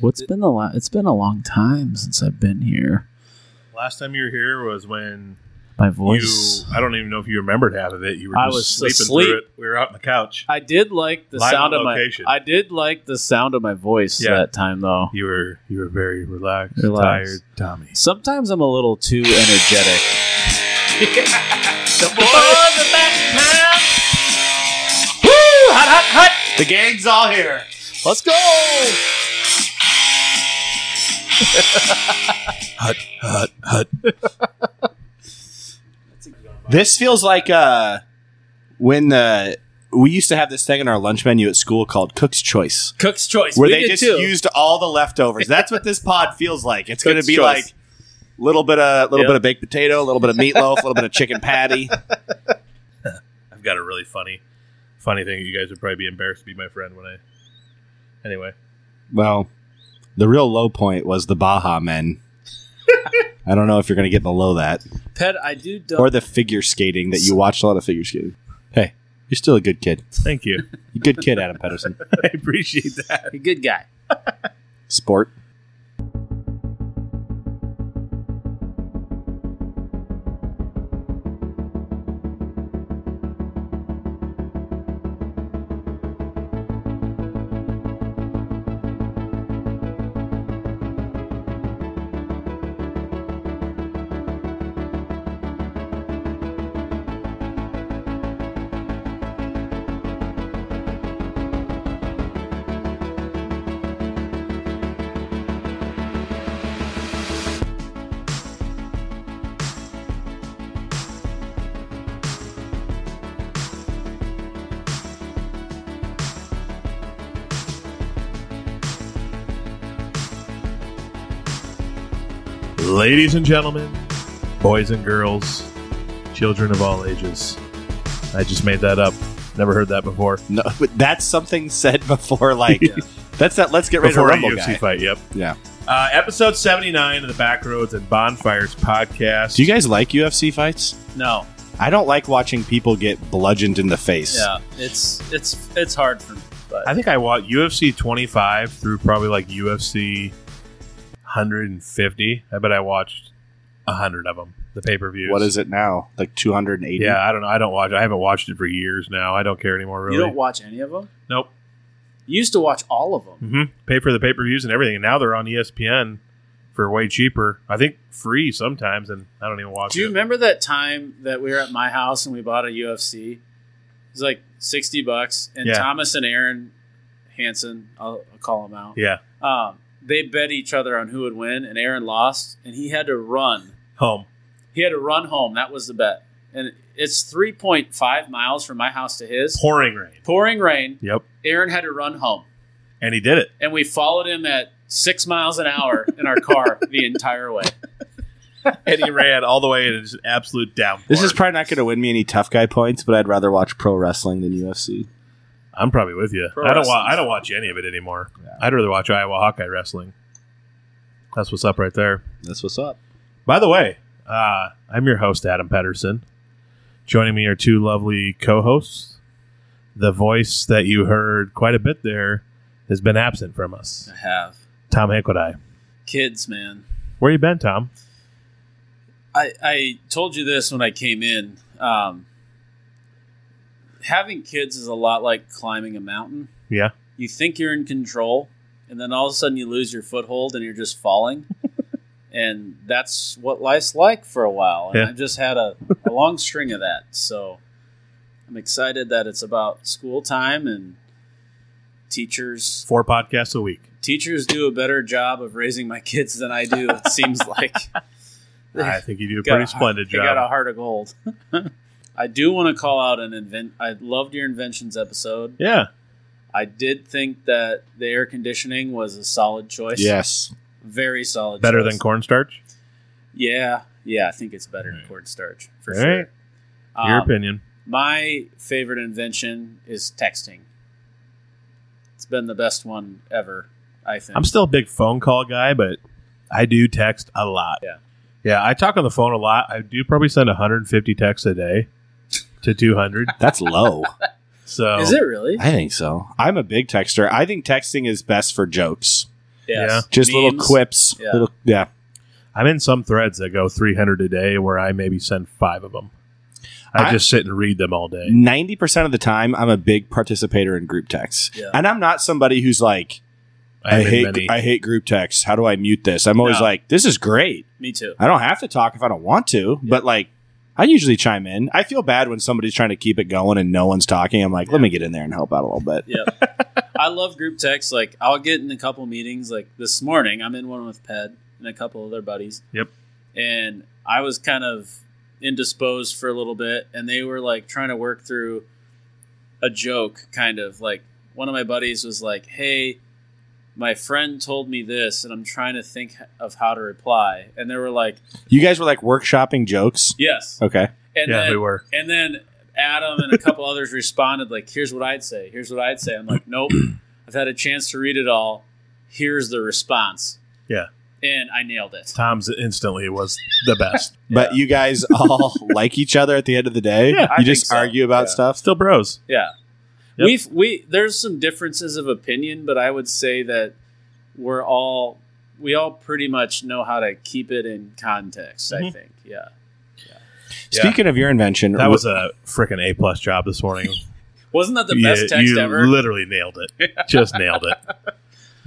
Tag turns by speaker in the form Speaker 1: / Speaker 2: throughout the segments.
Speaker 1: What's been the last? It's been a long time since I've been here.
Speaker 2: Last time you were here was when
Speaker 1: My voice.
Speaker 2: you. I don't even know if you remembered half of it. You were
Speaker 1: I
Speaker 2: just
Speaker 1: was
Speaker 2: sleeping
Speaker 1: asleep.
Speaker 2: through it. We were out on the couch.
Speaker 1: I did like the
Speaker 2: Live
Speaker 1: sound
Speaker 2: on
Speaker 1: of my.
Speaker 2: location.
Speaker 1: I did like the sound of my voice
Speaker 2: Yeah.
Speaker 1: that time though.
Speaker 2: You were you were very relaxed,
Speaker 1: Relaxed.
Speaker 2: tired, Tommy.
Speaker 1: Sometimes I'm a little too energetic.
Speaker 3: The boys are back in town. Woo! Hot, hot, hot! The gang's all here.
Speaker 1: Let's go.
Speaker 2: Hut hut hut.
Speaker 3: This feels like uh, when the we used to have this thing in our lunch menu at school called Cook's Choice,
Speaker 1: Cook's choice.
Speaker 3: where
Speaker 1: we
Speaker 3: they
Speaker 1: did
Speaker 3: just
Speaker 1: too.
Speaker 3: used all the leftovers. That's what this pod feels like. It's going to
Speaker 1: Cook's
Speaker 3: be
Speaker 1: Choice.
Speaker 3: like little bit of little
Speaker 1: Yep.
Speaker 3: bit of baked potato, a little bit of meatloaf, a little bit of chicken patty.
Speaker 2: I've got a really funny, funny thing. You guys would probably be embarrassed to be my friend when I. Anyway,
Speaker 3: Well, the real low point was the Baja Men. I don't know if you're going to get below that.
Speaker 1: Pet, I do. Dump.
Speaker 3: or the figure skating that you watched a lot of figure skating. Hey, you're still a good kid.
Speaker 2: thank you.
Speaker 3: You good kid, Adam Pedersen.
Speaker 2: I appreciate that.
Speaker 1: a good guy.
Speaker 3: Sport.
Speaker 2: Ladies and gentlemen, boys and girls, children of all ages. I just made that up. Never heard that before.
Speaker 3: No, but that's something said before. Like
Speaker 2: Yeah.
Speaker 3: that's that. Let's get rid of
Speaker 2: Before a
Speaker 3: Rumble
Speaker 2: UFC
Speaker 3: guy.
Speaker 2: fight. Yep.
Speaker 3: Yeah.
Speaker 2: Uh, episode seventy nine of the Backroads and Bonfires podcast.
Speaker 3: Do you guys like UFC fights?
Speaker 1: No.
Speaker 3: I don't like watching people get bludgeoned in the face.
Speaker 1: Yeah. It's it's it's hard for me. But
Speaker 2: I think I watched UFC 25 through probably like UFC 150. I bet I watched 100 of them, the pay per views.
Speaker 3: What is it now? Like 280.
Speaker 2: Yeah, I don't know. I don't watch. I haven't watched it for years now. I don't care anymore. Really.
Speaker 1: you don't watch any of them.
Speaker 2: nope.
Speaker 1: You used to watch all of them.
Speaker 2: hmm Pay for the pay per views and everything, and now they're on E ESPN for way cheaper. I think free sometimes, and I don't even watch
Speaker 1: Do you
Speaker 2: it.
Speaker 1: remember that time that we were at my house and we bought a UFC? It was like sixty bucks, and
Speaker 2: Yeah.
Speaker 1: Thomas and Aaron Hansen, I'll, I'll call them out.
Speaker 2: yeah,
Speaker 1: Um, they bet each other on who would win, and Aaron lost, and he had to run.
Speaker 2: home.
Speaker 1: He had to run home. That was the bet, and it's three point five miles from my house to his.
Speaker 2: Pouring rain.
Speaker 1: Pouring rain,
Speaker 2: Yep,
Speaker 1: Aaron had to run home,
Speaker 2: and he did it.
Speaker 1: and we followed him at six miles an hour in our car the entire way.
Speaker 2: And he ran all the way in just an absolute downpour.
Speaker 3: This is probably not going to win me any tough guy points, but I'd rather watch pro wrestling than UFC.
Speaker 2: I'm probably with you.
Speaker 1: Pro
Speaker 2: I don't
Speaker 1: wrestling's
Speaker 2: watch. I don't watch any of it anymore.
Speaker 3: Yeah.
Speaker 2: I'd rather watch Iowa Hawkeye wrestling. That's what's up right there.
Speaker 3: That's what's up.
Speaker 2: By the way, uh, I'm your host Adam Pedersen. Joining me are two lovely co-hosts. The voice that you heard quite a bit there has been absent from us.
Speaker 1: I have
Speaker 2: Tom Hankwadi.
Speaker 1: kids, man.
Speaker 2: Where you been, Tom?
Speaker 1: I, I told you this when I came in. Um, having kids is a lot like climbing a mountain.
Speaker 2: Yeah.
Speaker 1: You think you're in control, and then all of a sudden you lose your foothold and you're just falling. and that's what life's like for a while. And
Speaker 2: Yeah.
Speaker 1: I've just had a, a long string of that. So I'm excited that it's about school time and teachers
Speaker 2: Four podcasts a week.
Speaker 1: teachers do a better job of raising my kids than I do, it seems like.
Speaker 2: I think you do a
Speaker 1: Got
Speaker 2: pretty
Speaker 1: a-
Speaker 2: splendid
Speaker 1: They got a
Speaker 2: job.
Speaker 1: heart of gold. I do want to call out an invent. I loved your inventions episode.
Speaker 2: Yeah,
Speaker 1: I did think that the air conditioning was a solid choice.
Speaker 3: Yes.
Speaker 1: very solid.
Speaker 2: better
Speaker 1: choice.
Speaker 2: than cornstarch.
Speaker 1: Yeah, yeah. I think it's better than cornstarch for
Speaker 2: All
Speaker 1: sure.
Speaker 2: right. Your
Speaker 1: Um,
Speaker 2: opinion.
Speaker 1: my favorite invention is texting. It's been the best one ever. I think.
Speaker 2: I'm still a big phone call guy, but I do text a lot.
Speaker 1: Yeah.
Speaker 2: Yeah, I talk on the phone a lot. I do probably send 150 texts a day to 200.
Speaker 3: That's low.
Speaker 2: So
Speaker 1: is it really?
Speaker 3: I think so. I'm a big texter. I think texting is best for jokes.
Speaker 1: Yes.
Speaker 3: Just little
Speaker 1: Memes.
Speaker 3: quips.
Speaker 1: Yeah.
Speaker 3: Little yeah.
Speaker 2: I'm in some threads that go 300 a day where I maybe send five of them. I,
Speaker 3: I-
Speaker 2: just sit and read them all day.
Speaker 3: Ninety percent of the time, I'm a big participator in group texts,
Speaker 1: Yeah.
Speaker 3: and I'm not somebody who's like,
Speaker 2: I,
Speaker 3: I,
Speaker 2: haven't
Speaker 3: hate,
Speaker 2: many.
Speaker 3: I hate group texts. How do I mute this? I'm always
Speaker 1: No.
Speaker 3: like, this is great.
Speaker 1: Me too.
Speaker 3: I don't have to talk if I don't want to, but like, I usually chime in. I feel bad when somebody's trying to keep it going and no one's talking. I'm like, let
Speaker 1: Yeah.
Speaker 3: me get in there and help out a little bit.
Speaker 1: Yep. I love group texts. Like I'll get in a couple meetings. Like this morning, I'm in one with Ped and a couple other buddies.
Speaker 2: Yep.
Speaker 1: And I was kind of indisposed for a little bit, and they were like trying to work through a joke, kind of like one of my buddies was like, "Hey." My friend told me this, and I'm trying to think of how to reply. And they were like,
Speaker 3: You guys were like workshopping jokes.
Speaker 1: "Yes."
Speaker 3: Okay.
Speaker 1: And
Speaker 2: yeah,
Speaker 1: then,
Speaker 2: we were.
Speaker 1: and then Adam and a couple others responded like, "Here's what I'd say. Here's what I'd say." I'm like, "Nope. I've had a chance to read it all. Here's the response."
Speaker 2: Yeah.
Speaker 1: And I nailed it.
Speaker 2: Tom's instantly was the best.
Speaker 3: But you guys all like each other at the end of the day.
Speaker 2: Yeah,
Speaker 1: I
Speaker 3: you just
Speaker 1: think so.
Speaker 3: argue about
Speaker 1: Yeah.
Speaker 3: stuff.
Speaker 2: Still bros.
Speaker 1: Yeah.
Speaker 2: Yep.
Speaker 1: We've we there's some differences of opinion, but I would say that we're all we all pretty much know how to keep it in context, I
Speaker 2: Mhm.
Speaker 1: think. Yeah.
Speaker 2: Yeah.
Speaker 3: Speaking of your invention,
Speaker 2: That was a freaking A plus job this morning.
Speaker 1: Wasn't that the
Speaker 2: You-
Speaker 1: best text
Speaker 2: you
Speaker 1: ever?
Speaker 2: Literally nailed it. Just nailed it.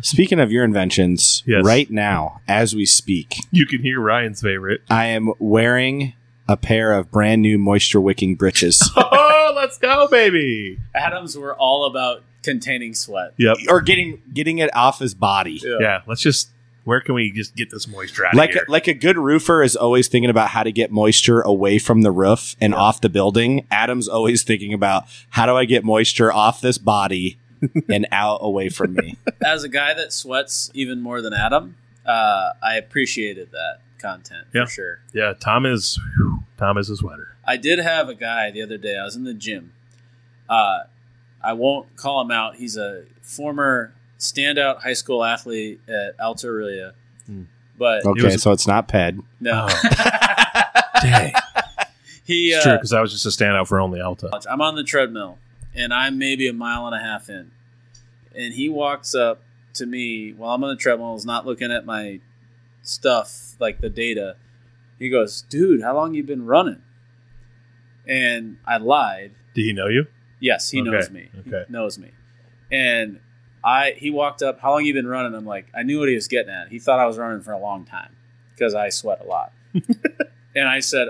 Speaker 3: speaking of your inventions,
Speaker 2: Yes.
Speaker 3: right now as we speak,
Speaker 2: You can hear Ryan's favorite.
Speaker 3: I am wearing a pair of brand new moisture wicking breeches.
Speaker 2: oh, let's go, baby.
Speaker 1: Adams were all about containing sweat.
Speaker 2: Yep.
Speaker 3: or getting getting it off his body.
Speaker 2: Yeah. Let's just. Where can we just get this moisture out
Speaker 3: Like
Speaker 2: of here?
Speaker 3: like a good roofer is always thinking about how to get moisture away from the roof and off the building. Adam's always thinking about how do I get moisture off this body and out away from me.
Speaker 1: as a guy that sweats even more than Adam, uh, I appreciated that content
Speaker 2: Yeah.
Speaker 1: for sure.
Speaker 2: yeah. Tom is. whew, Tom is a sweater.
Speaker 1: I did have a guy the other day. I was in the gym. Uh, I won't call him out. He's a former standout high school athlete at Altaria,
Speaker 2: Hmm.
Speaker 1: but
Speaker 3: Okay,
Speaker 2: was-
Speaker 3: so it's not ped.
Speaker 1: no,
Speaker 2: Dang.
Speaker 1: he.
Speaker 2: It's true
Speaker 1: Uh,
Speaker 2: because I was just a standout for only Alta.
Speaker 1: I'm on the treadmill, and I'm maybe a mile and a half in, and he walks up to me while I'm on the treadmill, is not looking at my stuff like the data. He goes, "Dude, how long you been running?" And I lied.
Speaker 2: Did he know you?
Speaker 1: Yes, he
Speaker 2: Okay.
Speaker 1: knows me.
Speaker 2: Okay.
Speaker 1: knows me. And I he walked up, how long you been running? I'm like, I knew what he was getting at. He thought I was running for a long time because I sweat a lot. and I said,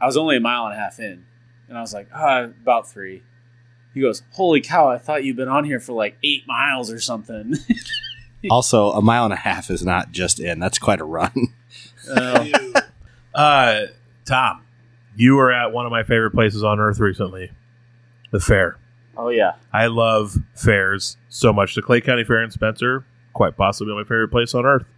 Speaker 1: I was only a mile and a half in. And I was like, ah, about three. He goes, Holy cow, I thought you'd been on here for like eight miles or something.
Speaker 3: Also, a mile and a half is not just in. That's quite a run.
Speaker 1: Oh,
Speaker 2: Uh, Tom, you were at one of my favorite places on earth recently, the fair.
Speaker 1: oh yeah.
Speaker 2: I love fairs so much. The Clay County Fair in Spencer, quite possibly my favorite place on earth.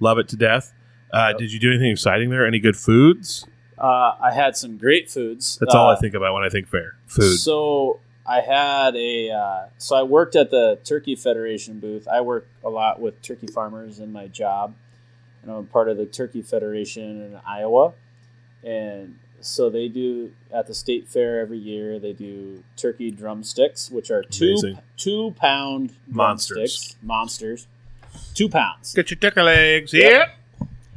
Speaker 2: Love it to death. Uh, Did you do anything exciting there? Any good foods?
Speaker 1: Uh, I had some great foods.
Speaker 2: That's all
Speaker 1: Uh,
Speaker 2: I think about when I think fair. Food.
Speaker 1: So I had a uh, so I worked at the Turkey Federation booth. I work a lot with turkey farmers in my job, and I'm part of the Turkey Federation in Iowa. And so they do at the state fair every year. They do turkey drumsticks, which are two
Speaker 2: Amazing.
Speaker 1: two pound
Speaker 2: Monsters.
Speaker 1: drumsticks, monsters, two pounds.
Speaker 2: Get your turkey legs.
Speaker 1: Yeah.
Speaker 2: Yeah.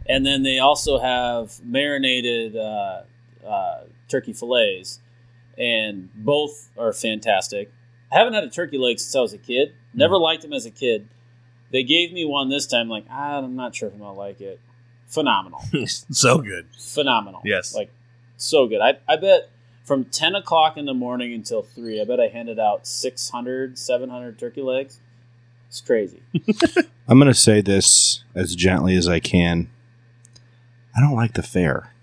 Speaker 1: And then they also have marinated uh, uh, turkey fillets, and both are fantastic. I haven't had a turkey leg since I was a kid.
Speaker 2: Mm.
Speaker 1: Never liked them as a kid. They gave me one this time. Like "Ah, I'm not sure if I'm gonna like it. Phenomenal,
Speaker 2: so good.
Speaker 1: phenomenal.
Speaker 2: Yes.
Speaker 1: like so good. I I bet from 10 o'clock in the morning until 3 i bet i handed out 600 700 turkey legs it's crazy
Speaker 3: I'm going to say this as gently as I can. I don't like the fair.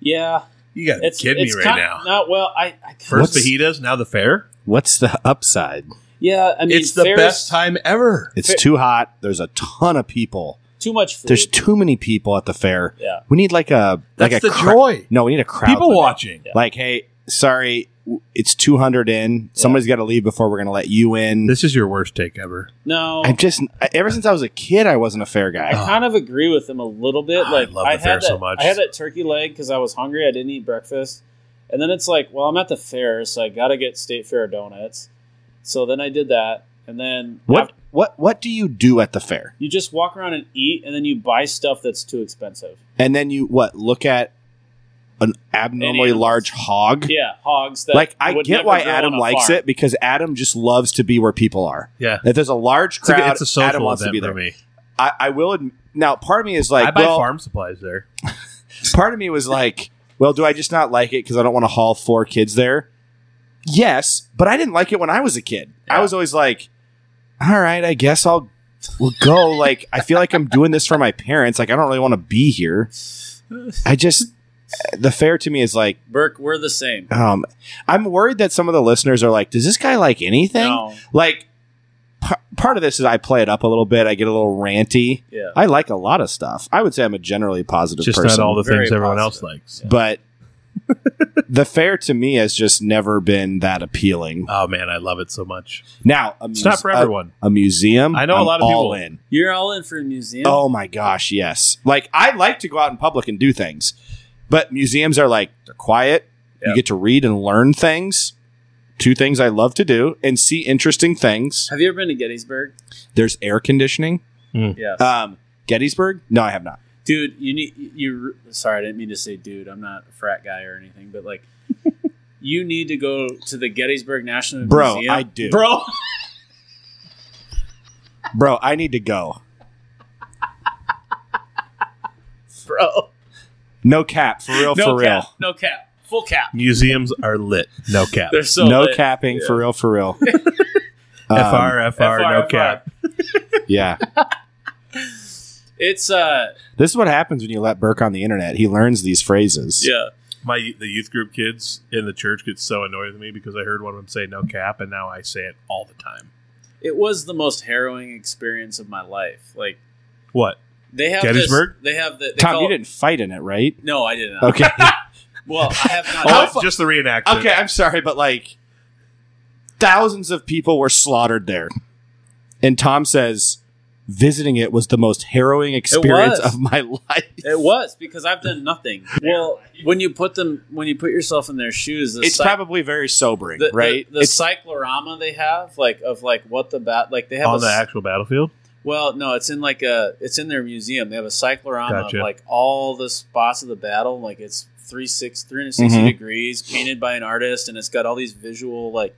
Speaker 1: yeah
Speaker 2: You got to
Speaker 1: it's
Speaker 2: kid me
Speaker 1: it's
Speaker 2: right
Speaker 1: kind-
Speaker 2: now.
Speaker 1: no, well i, I
Speaker 2: First
Speaker 3: What's-
Speaker 2: fajitas, now the fair.
Speaker 3: What's the upside?
Speaker 1: yeah i mean
Speaker 2: it's the
Speaker 1: fair is
Speaker 2: best time ever.
Speaker 3: It's
Speaker 1: Fair-
Speaker 3: too hot. There's a ton of people.
Speaker 1: too much food
Speaker 3: There's too many people at the fair.
Speaker 1: Yeah.
Speaker 3: We need like a
Speaker 2: That's
Speaker 3: like a
Speaker 2: the
Speaker 3: crowd.
Speaker 2: joy.
Speaker 3: No, we need a crowd.
Speaker 2: People
Speaker 3: limit.
Speaker 2: watching.
Speaker 1: Yeah.
Speaker 3: Like, hey, sorry, w- it's 200 in. Somebody's got to leave before we're going to let you in.
Speaker 2: This is your worst take ever.
Speaker 1: No,
Speaker 3: I'm just I- ever since I was a kid, I wasn't a fair
Speaker 1: I
Speaker 2: Oh.
Speaker 3: guy.
Speaker 1: kind of agree with him a little bit.
Speaker 2: Ah,
Speaker 1: Like
Speaker 2: I
Speaker 1: I,
Speaker 2: love the fair
Speaker 1: had that,
Speaker 2: so much.
Speaker 1: I had that turkey leg because I was hungry. I didn't eat breakfast, and then it's like, well, I'm at the fair, so I gotta get State Fair donuts. So then I did that, and then
Speaker 3: What What what do you do at the fair?
Speaker 1: You just walk around and eat, and then you buy stuff that's too expensive.
Speaker 3: And then you what look at an abnormally
Speaker 1: animals.
Speaker 3: large hog?
Speaker 1: Yeah, hogs. That
Speaker 3: like I
Speaker 1: would
Speaker 3: get
Speaker 1: never
Speaker 3: why
Speaker 1: grow
Speaker 3: Adam
Speaker 1: on a
Speaker 3: likes
Speaker 1: farm.
Speaker 3: it because Adam just loves to be where people are.
Speaker 2: Yeah.
Speaker 3: If there's a large
Speaker 2: It's a,
Speaker 3: crowd,
Speaker 2: it's a social
Speaker 3: Adam wants to
Speaker 2: event
Speaker 3: be
Speaker 2: for
Speaker 3: there.
Speaker 2: me.
Speaker 3: I, I will. Adm- now, part of me is like,
Speaker 2: I buy
Speaker 3: well,
Speaker 2: farm supplies there.
Speaker 3: part of me was like, well, do I just not like it because I don't want to haul four kids there? Yes, but I didn't like it when I was a kid. I
Speaker 2: Yeah.
Speaker 3: was always like, all right, I guess I'll we'll go. like, I feel like I'm doing this for my parents. Like, I don't really want to be here. I just the fair to me is like,
Speaker 1: Burke, we're the same.
Speaker 3: um, I'm worried that some of the listeners are like, does this guy like anything?
Speaker 1: No,
Speaker 3: Like, p- part of this is I play it up a little bit. I get a little ranty.
Speaker 1: yeah.
Speaker 3: I like a lot of stuff. I would say I'm a generally positive
Speaker 2: Just
Speaker 3: person
Speaker 2: not all the
Speaker 1: Very
Speaker 2: things everyone
Speaker 1: positive.
Speaker 2: else likes.
Speaker 3: but the fair to me has just never been that appealing.
Speaker 2: Oh man, I love it so much.
Speaker 3: Now, a,
Speaker 2: It's
Speaker 3: muse-
Speaker 2: not for
Speaker 3: a-
Speaker 2: everyone.
Speaker 3: A, museum.
Speaker 2: I know a
Speaker 3: I'm
Speaker 2: lot of
Speaker 3: all
Speaker 2: people-
Speaker 3: in.
Speaker 1: You're all in for a museum.
Speaker 3: Oh my gosh, yes. Like I like to go out in public and do things, but museums are like they're quiet. You
Speaker 1: Yeah.
Speaker 3: get to read and learn things. Two things I love to do and see interesting things.
Speaker 1: Have you ever been to Gettysburg?
Speaker 3: There's air conditioning.
Speaker 1: Yes.
Speaker 3: Um, Gettysburg? No, I have not.
Speaker 1: dude you need you sorry i didn't mean to say dude i'm not a frat guy or anything but like you need to go to the gettysburg national
Speaker 3: Bro,
Speaker 1: museum
Speaker 3: I do.
Speaker 1: bro
Speaker 3: Bro, I need to go.
Speaker 1: bro
Speaker 3: No cap, for real,
Speaker 1: no
Speaker 3: Oh, for
Speaker 1: cap
Speaker 3: real.
Speaker 1: no cap full cap
Speaker 2: Museums are lit. No cap.
Speaker 1: they're so
Speaker 3: no
Speaker 1: lit.
Speaker 3: capping, for real, for real. Um,
Speaker 2: FR, FR, no
Speaker 1: FR.
Speaker 2: cap.
Speaker 3: Yeah.
Speaker 1: it's uh
Speaker 3: This is what happens when you let Burke on the internet. He learns these phrases.
Speaker 1: yeah
Speaker 2: My the youth group kids in the church get so annoyed with me because I heard one of them say no cap, and now I say it all the time.
Speaker 1: it was the most harrowing experience of my life like
Speaker 2: What?
Speaker 1: they have
Speaker 2: Gettysburg?
Speaker 1: this, they have the they
Speaker 3: Tom,
Speaker 1: call
Speaker 3: you
Speaker 1: it-
Speaker 3: didn't fight in it, right?
Speaker 1: no i didn't
Speaker 3: Okay.
Speaker 1: well i have not
Speaker 3: How
Speaker 2: Oh,
Speaker 3: fu-
Speaker 2: just the reenactment.
Speaker 3: okay, I'm sorry, but like thousands of people were slaughtered there. And Tom says visiting it was the most harrowing experience
Speaker 1: was.
Speaker 3: of my life.
Speaker 1: it was because i've done nothing well when you put them when you put yourself in their shoes the
Speaker 3: It's
Speaker 1: psych-
Speaker 3: probably very sobering,
Speaker 1: the,
Speaker 3: right?
Speaker 1: The, the
Speaker 3: it's
Speaker 1: cyclorama they have, like of like what the bat, like they have a,
Speaker 2: on the
Speaker 1: s-
Speaker 2: actual battlefield.
Speaker 1: well, no, it's in like a, it's in their museum. They have a cyclorama
Speaker 2: Gotcha.
Speaker 1: of like all the spots of the battle, like it's three six, 360
Speaker 3: Mhm.
Speaker 1: degrees, painted by an artist, and it's got all these visual like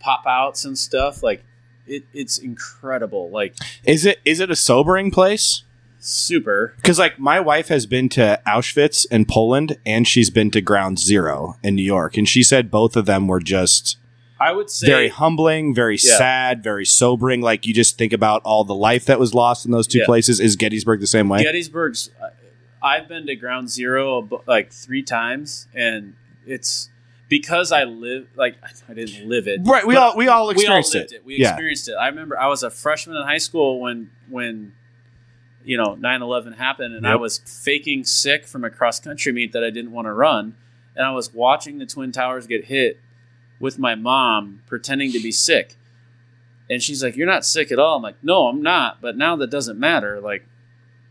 Speaker 1: pop outs and stuff. Like it, it's incredible, like
Speaker 3: is it is it a sobering place?
Speaker 1: super.
Speaker 3: Because like my wife has been to Auschwitz in Poland and she's been to Ground Zero in New York, and she said both of them were just
Speaker 1: I would say
Speaker 3: very humbling, very
Speaker 1: Yeah.
Speaker 3: sad, very sobering. Like you just think about all the life that was lost in those two
Speaker 1: Yeah.
Speaker 3: places. Is Gettysburg the same way?
Speaker 1: Gettysburg's. I've been to Ground Zero ab- like three times, and it's because I live like I didn't live it.
Speaker 3: right. We
Speaker 1: but-
Speaker 3: all we all experienced
Speaker 1: we all lived
Speaker 3: it.
Speaker 1: it. We
Speaker 3: yeah.
Speaker 1: experienced it. I remember I was a freshman in high school when when you know 9/11 happened and I
Speaker 2: Yep.
Speaker 1: was faking sick from a cross country meet that I didn't want to run and I was watching the twin towers get hit with my mom pretending to be sick. And she's like, "You're not sick at all." I'm like, "No, I'm not, but now that doesn't matter. Like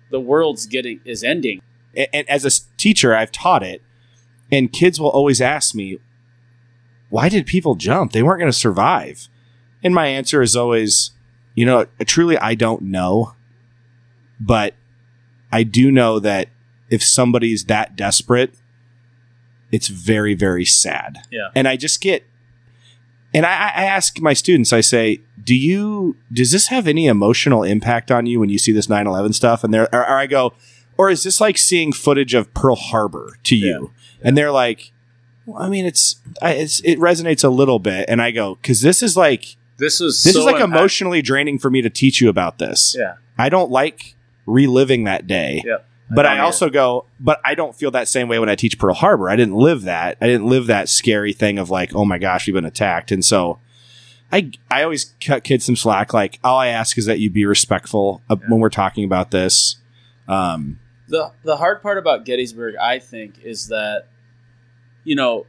Speaker 1: the world's getting is ending."
Speaker 3: and, and as a s- teacher, I've taught it, and kids will always ask me, "Why did people jump? They weren't going to survive." And my answer is always, you know, truly, I don't know, but I do know that if somebody's that desperate, it's very, very sad.
Speaker 1: Yeah.
Speaker 3: and I just get. And I, I I ask my students, I say, do you, does this have any emotional impact on you when you see this 9 11 stuff? And they're, or, or I go, or is this like seeing footage of Pearl Harbor to you? And they're like, well, I mean, it's, I, it's it resonates a little bit. And I go, because this is like
Speaker 1: This is
Speaker 3: this
Speaker 1: so
Speaker 3: is like
Speaker 1: impact-
Speaker 3: emotionally draining for me to teach you about this.
Speaker 1: Yeah.
Speaker 3: I don't like reliving that day.
Speaker 1: Yep.
Speaker 3: But
Speaker 1: I
Speaker 3: I,
Speaker 1: don't
Speaker 3: also go, but I don't feel that same way when I teach Pearl Harbor. I didn't live that. I didn't live that scary thing of like, oh my gosh, we've been attacked. And so I I always cut kids some slack. Like, all I ask is that you be respectful of
Speaker 1: Yeah.
Speaker 3: when we're talking about this. Um,
Speaker 1: the the hard part about Gettysburg, I think, is that you know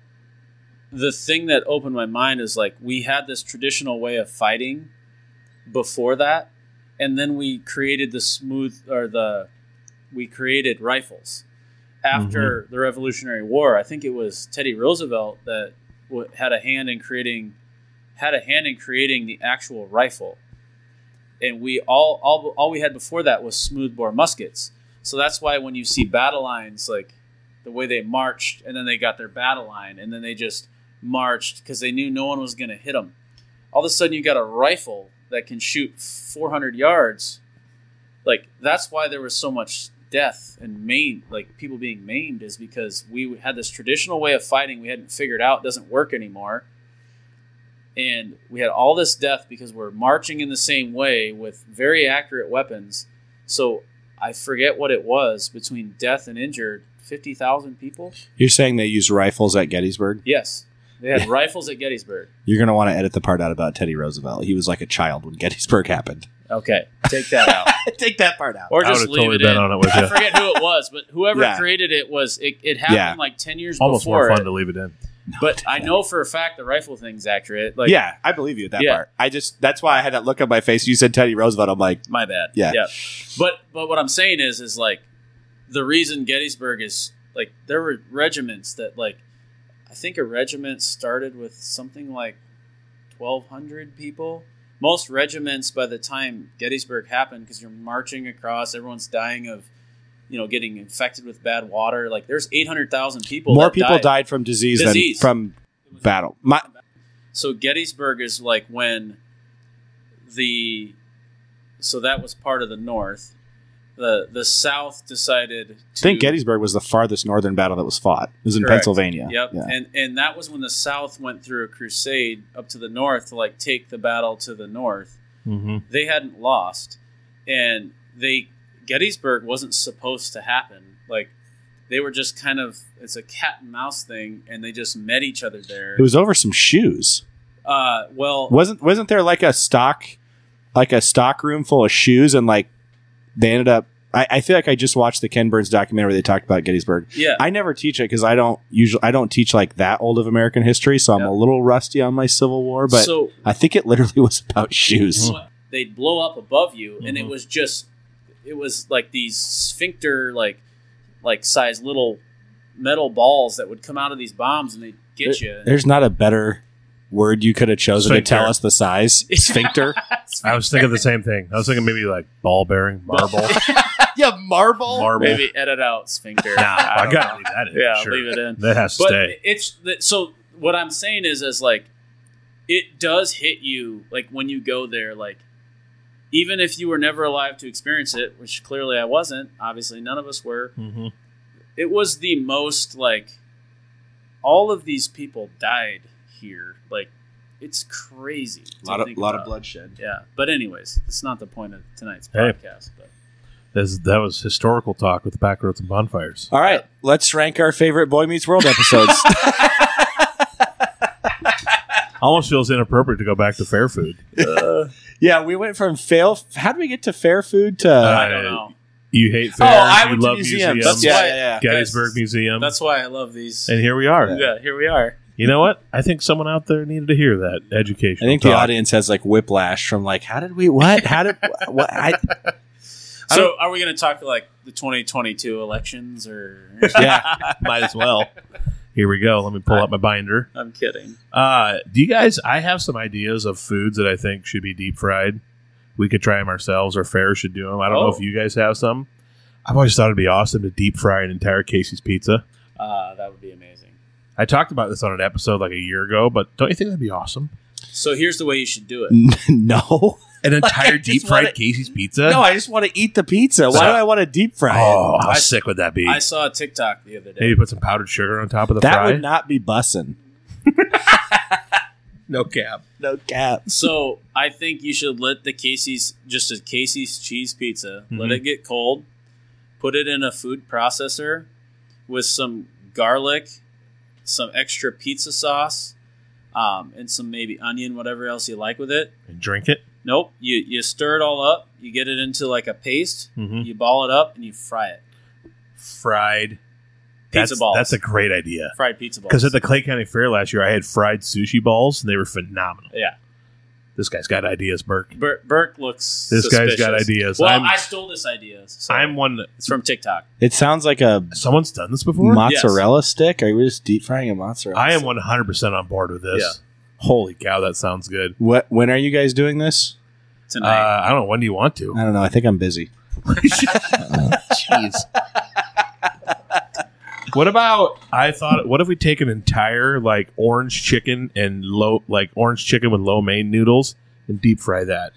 Speaker 1: the thing that opened my mind is like we had this traditional way of fighting before that, and then we created the smooth or the we created rifles after the Revolutionary War. I think it was Teddy Roosevelt that w- had a hand in creating had a hand in creating the actual rifle and we all all all we had before that was smoothbore muskets. So that's why when you see battle lines, like the way they marched, and then they got their battle line, and then they just marched because they knew no one was going to hit them. All of a sudden, you got a rifle that can shoot 400 yards. Like that's why there was so much death and maim, like people being maimed, is because we had this traditional way of fighting we hadn't figured out doesn't work anymore and we had all this death because we're marching in the same way with very accurate weapons. So I forget what it was between death and injured, fifty thousand people.
Speaker 3: You're saying they used rifles at Gettysburg?
Speaker 1: Yes, they had rifles at Gettysburg.
Speaker 3: You're going to want to edit the part out about Teddy Roosevelt. He was like a child when Gettysburg happened.
Speaker 1: Okay, take that out,
Speaker 3: Take that part out.
Speaker 1: or
Speaker 2: I would
Speaker 1: just
Speaker 2: have
Speaker 1: leave
Speaker 2: totally
Speaker 1: it
Speaker 2: been
Speaker 1: in.
Speaker 2: on it with
Speaker 1: I
Speaker 2: you.
Speaker 1: forget who it was, but whoever
Speaker 3: Yeah.
Speaker 1: created it was it, it happened
Speaker 3: Yeah.
Speaker 1: like ten years
Speaker 2: Almost more
Speaker 1: before.
Speaker 2: fun
Speaker 1: it,
Speaker 2: to leave it in.
Speaker 1: but I know for a fact the rifle thing's accurate. Like,
Speaker 3: yeah, I believe you at that
Speaker 1: Yeah.
Speaker 3: part. I just that's why I had that look on my face. You said Teddy Roosevelt. I'm like,
Speaker 1: my bad.
Speaker 3: Yeah.
Speaker 1: But but what I'm saying is is like the reason Gettysburg is like there were regiments that like I think a regiment started with something like 1200 people. Most regiments by the time Gettysburg happened because you're marching across everyone's dying of you know getting infected with bad water like there's 800,000 people
Speaker 3: more
Speaker 1: that
Speaker 3: people died. from disease,
Speaker 1: Disease.
Speaker 3: than from battle. My,
Speaker 1: so Gettysburg is like when the so that was part of the North. The the South decided
Speaker 3: I
Speaker 1: to
Speaker 3: think Gettysburg was the farthest northern battle that was fought. It was in
Speaker 1: Correct.
Speaker 3: Pennsylvania.
Speaker 1: Yep.
Speaker 3: Yeah.
Speaker 1: And and that was when the South went through a crusade up to the North to like take the battle to the North.
Speaker 2: Mm-hmm.
Speaker 1: They hadn't lost, and they Gettysburg wasn't supposed to happen. Like they were just kind of it's a cat and mouse thing, and they just met each other there.
Speaker 3: It was over some shoes.
Speaker 1: uh, well,
Speaker 3: Wasn't wasn't there like a stock like a stock room full of shoes and like they ended up I, I feel like I just watched the Ken Burns documentary where they talked about Gettysburg.
Speaker 1: yeah.
Speaker 3: I never teach it because I don't usually I don't teach like that old of American history, so I'm
Speaker 1: Yeah.
Speaker 3: a little rusty on my Civil War, but
Speaker 1: so
Speaker 3: I think it literally was about shoes.
Speaker 1: they'd blow up above you and it
Speaker 2: Mhm.
Speaker 1: was just it was like these sphincter like like size little metal balls that would come out of these bombs and they'd get you
Speaker 3: There's not a better word you could have chosen to
Speaker 2: Sphincter.
Speaker 3: tell us the size. Sphincter.
Speaker 2: I was thinking the same thing. I was thinking maybe like ball bearing, marble,
Speaker 3: yeah, marble.
Speaker 2: marble.
Speaker 1: maybe edit out sphincter
Speaker 2: Nah, I,
Speaker 1: don't
Speaker 2: gotta
Speaker 1: know.
Speaker 2: leave that in.
Speaker 1: yeah
Speaker 2: sure.
Speaker 1: leave it in
Speaker 2: That has to
Speaker 1: but
Speaker 2: stay.
Speaker 1: it's that so what i'm saying is is like it does hit you like when you go there like even if you were never alive to experience it which clearly i wasn't obviously none of us were
Speaker 2: Mm-hmm.
Speaker 1: it was the most like all of these people died here like it's crazy
Speaker 3: A
Speaker 1: to
Speaker 3: lot of,
Speaker 1: think
Speaker 3: lot of
Speaker 1: about.
Speaker 3: bloodshed.
Speaker 1: yeah but anyways it's not the point of tonight's
Speaker 2: Hey.
Speaker 1: podcast but
Speaker 2: That's, that was historical talk with backroads and bonfires.
Speaker 3: All right, let's rank our favorite Boy Meets World episodes.
Speaker 2: Almost feels inappropriate to go back to fair food.
Speaker 3: yeah, we went from fail. How did we get to fair food to?
Speaker 2: Uh,
Speaker 1: i don't know
Speaker 2: You
Speaker 1: Oh,
Speaker 2: hate fair. you love
Speaker 1: That's
Speaker 3: yeah,
Speaker 1: why-
Speaker 3: yeah, yeah.
Speaker 2: Gettysburg Museum.
Speaker 1: that's why i love these
Speaker 2: and here we are.
Speaker 1: yeah here we are
Speaker 2: You know what? I think someone out there needed to hear that
Speaker 3: I
Speaker 2: education.
Speaker 3: think the audience has like whiplash from like, how did we? What? How did? What? I, I
Speaker 1: so are we going to talk like the 2022 elections or
Speaker 3: Yeah.
Speaker 2: might as well. Here we go. Let me pull out my binder.
Speaker 1: i'm kidding
Speaker 2: Uh, do you guys? I have some ideas of foods that I think should be deep fried. We could try them ourselves, or Fair should do them. I don't know
Speaker 1: Oh.
Speaker 2: if you guys have some. I've always thought it'd be awesome to deep fry an entire Casey's pizza.
Speaker 1: uh, that would be amazing
Speaker 2: I talked about this on an episode like a year ago, but don't you think that'd be awesome?
Speaker 1: so here's the way you should do it
Speaker 3: no,
Speaker 2: An entire
Speaker 3: just
Speaker 2: deep fried
Speaker 3: wanna-
Speaker 2: Casey's pizza?
Speaker 3: no. I just want to eat the pizza. Why
Speaker 2: So-
Speaker 3: do I want to deep fry it?
Speaker 2: oh, how
Speaker 1: I-
Speaker 2: sick would that be?
Speaker 1: i saw a tiktok the other day
Speaker 2: Maybe put some powdered sugar on top of the
Speaker 3: That
Speaker 2: fry.
Speaker 3: would not be bussin'.
Speaker 2: no cap.
Speaker 3: No cap.
Speaker 1: So I think you should let the Casey's just a Casey's cheese pizza. Let
Speaker 2: Mhm.
Speaker 1: it get cold. Put it in a food processor with some garlic, some extra pizza sauce, um, and some maybe onion, whatever else you like with it.
Speaker 2: And drink it.
Speaker 1: Nope. You you stir it all up. You get it into like a paste.
Speaker 2: Mm-hmm.
Speaker 1: You ball it up and you fry it.
Speaker 2: fried
Speaker 1: Pizza
Speaker 2: that's,
Speaker 1: balls.
Speaker 2: That's a great idea.
Speaker 1: fried pizza balls.
Speaker 2: Because at the Clay County Fair last year, I had fried sushi balls, and they were phenomenal.
Speaker 1: Yeah.
Speaker 2: This guy's got ideas, Burke.
Speaker 1: Bur- Burke looks.
Speaker 2: This guy's got
Speaker 1: suspicious.
Speaker 2: ideas.
Speaker 1: Well,
Speaker 2: I'm,
Speaker 1: i stole this idea. So
Speaker 2: I'm one. That,
Speaker 1: it's from TikTok.
Speaker 3: It sounds like a
Speaker 2: someone's done this before.
Speaker 3: mozzarella stick. Are we just deep frying a mozzarella?
Speaker 2: I am
Speaker 3: stick?
Speaker 2: 100 percent on board with this.
Speaker 1: Yeah.
Speaker 2: Holy cow, that sounds good.
Speaker 3: What? When are you guys doing this?
Speaker 1: tonight.
Speaker 2: Uh, I don't know. When do you want to?
Speaker 3: I don't know. I think I'm busy.
Speaker 4: Jeez.
Speaker 3: What about
Speaker 2: I thought, what if we take an entire like orange chicken and low, like orange chicken with lo mein noodles and deep fry that?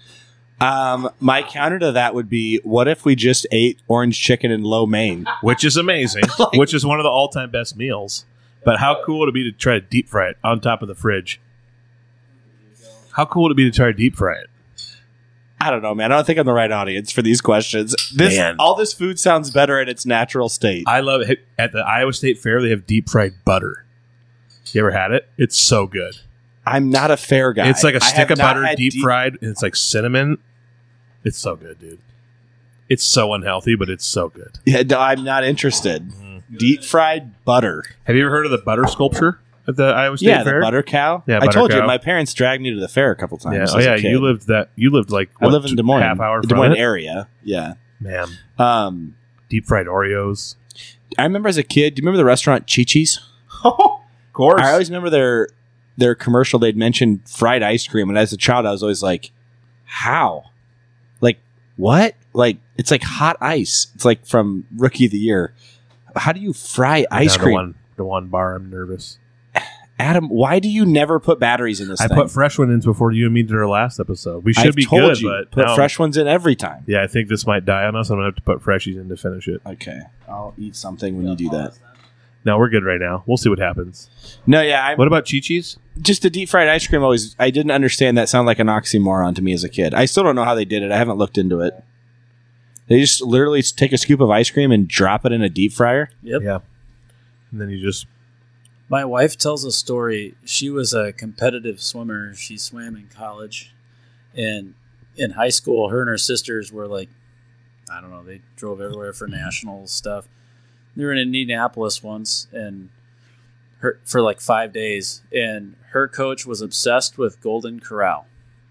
Speaker 3: um my counter to that would be what if we just ate orange chicken and lo mein?
Speaker 2: which is amazing, which is one of the all time best meals. But how cool would it be to try to deep fry it on top of the fridge? How cool would it be to try to deep fry it?
Speaker 3: I don't know, man. I don't think I'm the right audience for these questions. This
Speaker 2: Man.
Speaker 3: all this food sounds better in its natural state.
Speaker 2: I love it. At the Iowa State Fair, they have deep fried butter. You ever had it? It's so good.
Speaker 3: I'm not a fair guy.
Speaker 2: It's like a
Speaker 3: I
Speaker 2: stick
Speaker 3: have
Speaker 2: of
Speaker 3: not
Speaker 2: butter
Speaker 3: had
Speaker 2: deep, fried, and it's like cinnamon. It's so good, dude. It's so unhealthy, but it's so good.
Speaker 3: Yeah, no, I'm not interested.
Speaker 2: Mm-hmm.
Speaker 3: Deep fried butter.
Speaker 2: Have you ever heard of the butter sculpture at the Iowa State
Speaker 3: yeah,
Speaker 2: Fair?
Speaker 3: the butter cow.
Speaker 2: Yeah,
Speaker 3: I
Speaker 2: butter
Speaker 3: told you
Speaker 2: cow.
Speaker 3: my parents dragged me to the fair a couple times.
Speaker 2: Yeah.
Speaker 3: as
Speaker 2: Oh
Speaker 3: a
Speaker 2: yeah,
Speaker 3: kid.
Speaker 2: you lived that. You lived like
Speaker 3: I
Speaker 2: what,
Speaker 3: live in
Speaker 2: two-
Speaker 3: Des Moines,
Speaker 2: half hour
Speaker 3: Des
Speaker 2: from
Speaker 3: Moines
Speaker 2: it?
Speaker 3: area. Yeah.
Speaker 2: Man,
Speaker 3: Um,
Speaker 2: deep fried Oreos.
Speaker 3: I remember as a kid. Do you remember the restaurant Chi Chi's?
Speaker 2: Of course.
Speaker 3: I always remember their their commercial. They'd mentioned fried ice cream, and as a child, I was always like, "How? Like what? Like it's like hot ice. It's like from Rookie of the Year. How do you fry ice
Speaker 2: Down to
Speaker 3: cream,
Speaker 2: one, to one bar. I'm nervous.
Speaker 3: Adam? Why do you never put batteries in this?
Speaker 2: I
Speaker 3: thing?
Speaker 2: put fresh one in before you and me did our last episode. We should
Speaker 3: I've
Speaker 2: be
Speaker 3: told
Speaker 2: good,
Speaker 3: you,
Speaker 2: but
Speaker 3: put
Speaker 2: now-
Speaker 3: fresh ones in every time.
Speaker 2: Yeah, I think this might die on us. I'm gonna have to put freshies in to finish it.
Speaker 3: Okay, I'll eat something when you do that.
Speaker 2: No, we're good right now. We'll see what happens.
Speaker 3: No, yeah, I
Speaker 2: What about Chi Chi's?
Speaker 3: just the deep fried ice cream always I didn't understand that sounded like an oxymoron to me as a kid. I still don't know how they did it. I haven't looked into it. They just literally s- take a scoop of ice cream and drop it in a deep fryer.
Speaker 1: Yep.
Speaker 2: Yeah. And then you just
Speaker 1: My wife tells a story. She was a competitive swimmer. She swam in college, and in high school, her and her sisters were like, I don't know, they drove everywhere for national stuff. They were in Indianapolis once, and her for like five days, and her coach was obsessed with Golden Corral.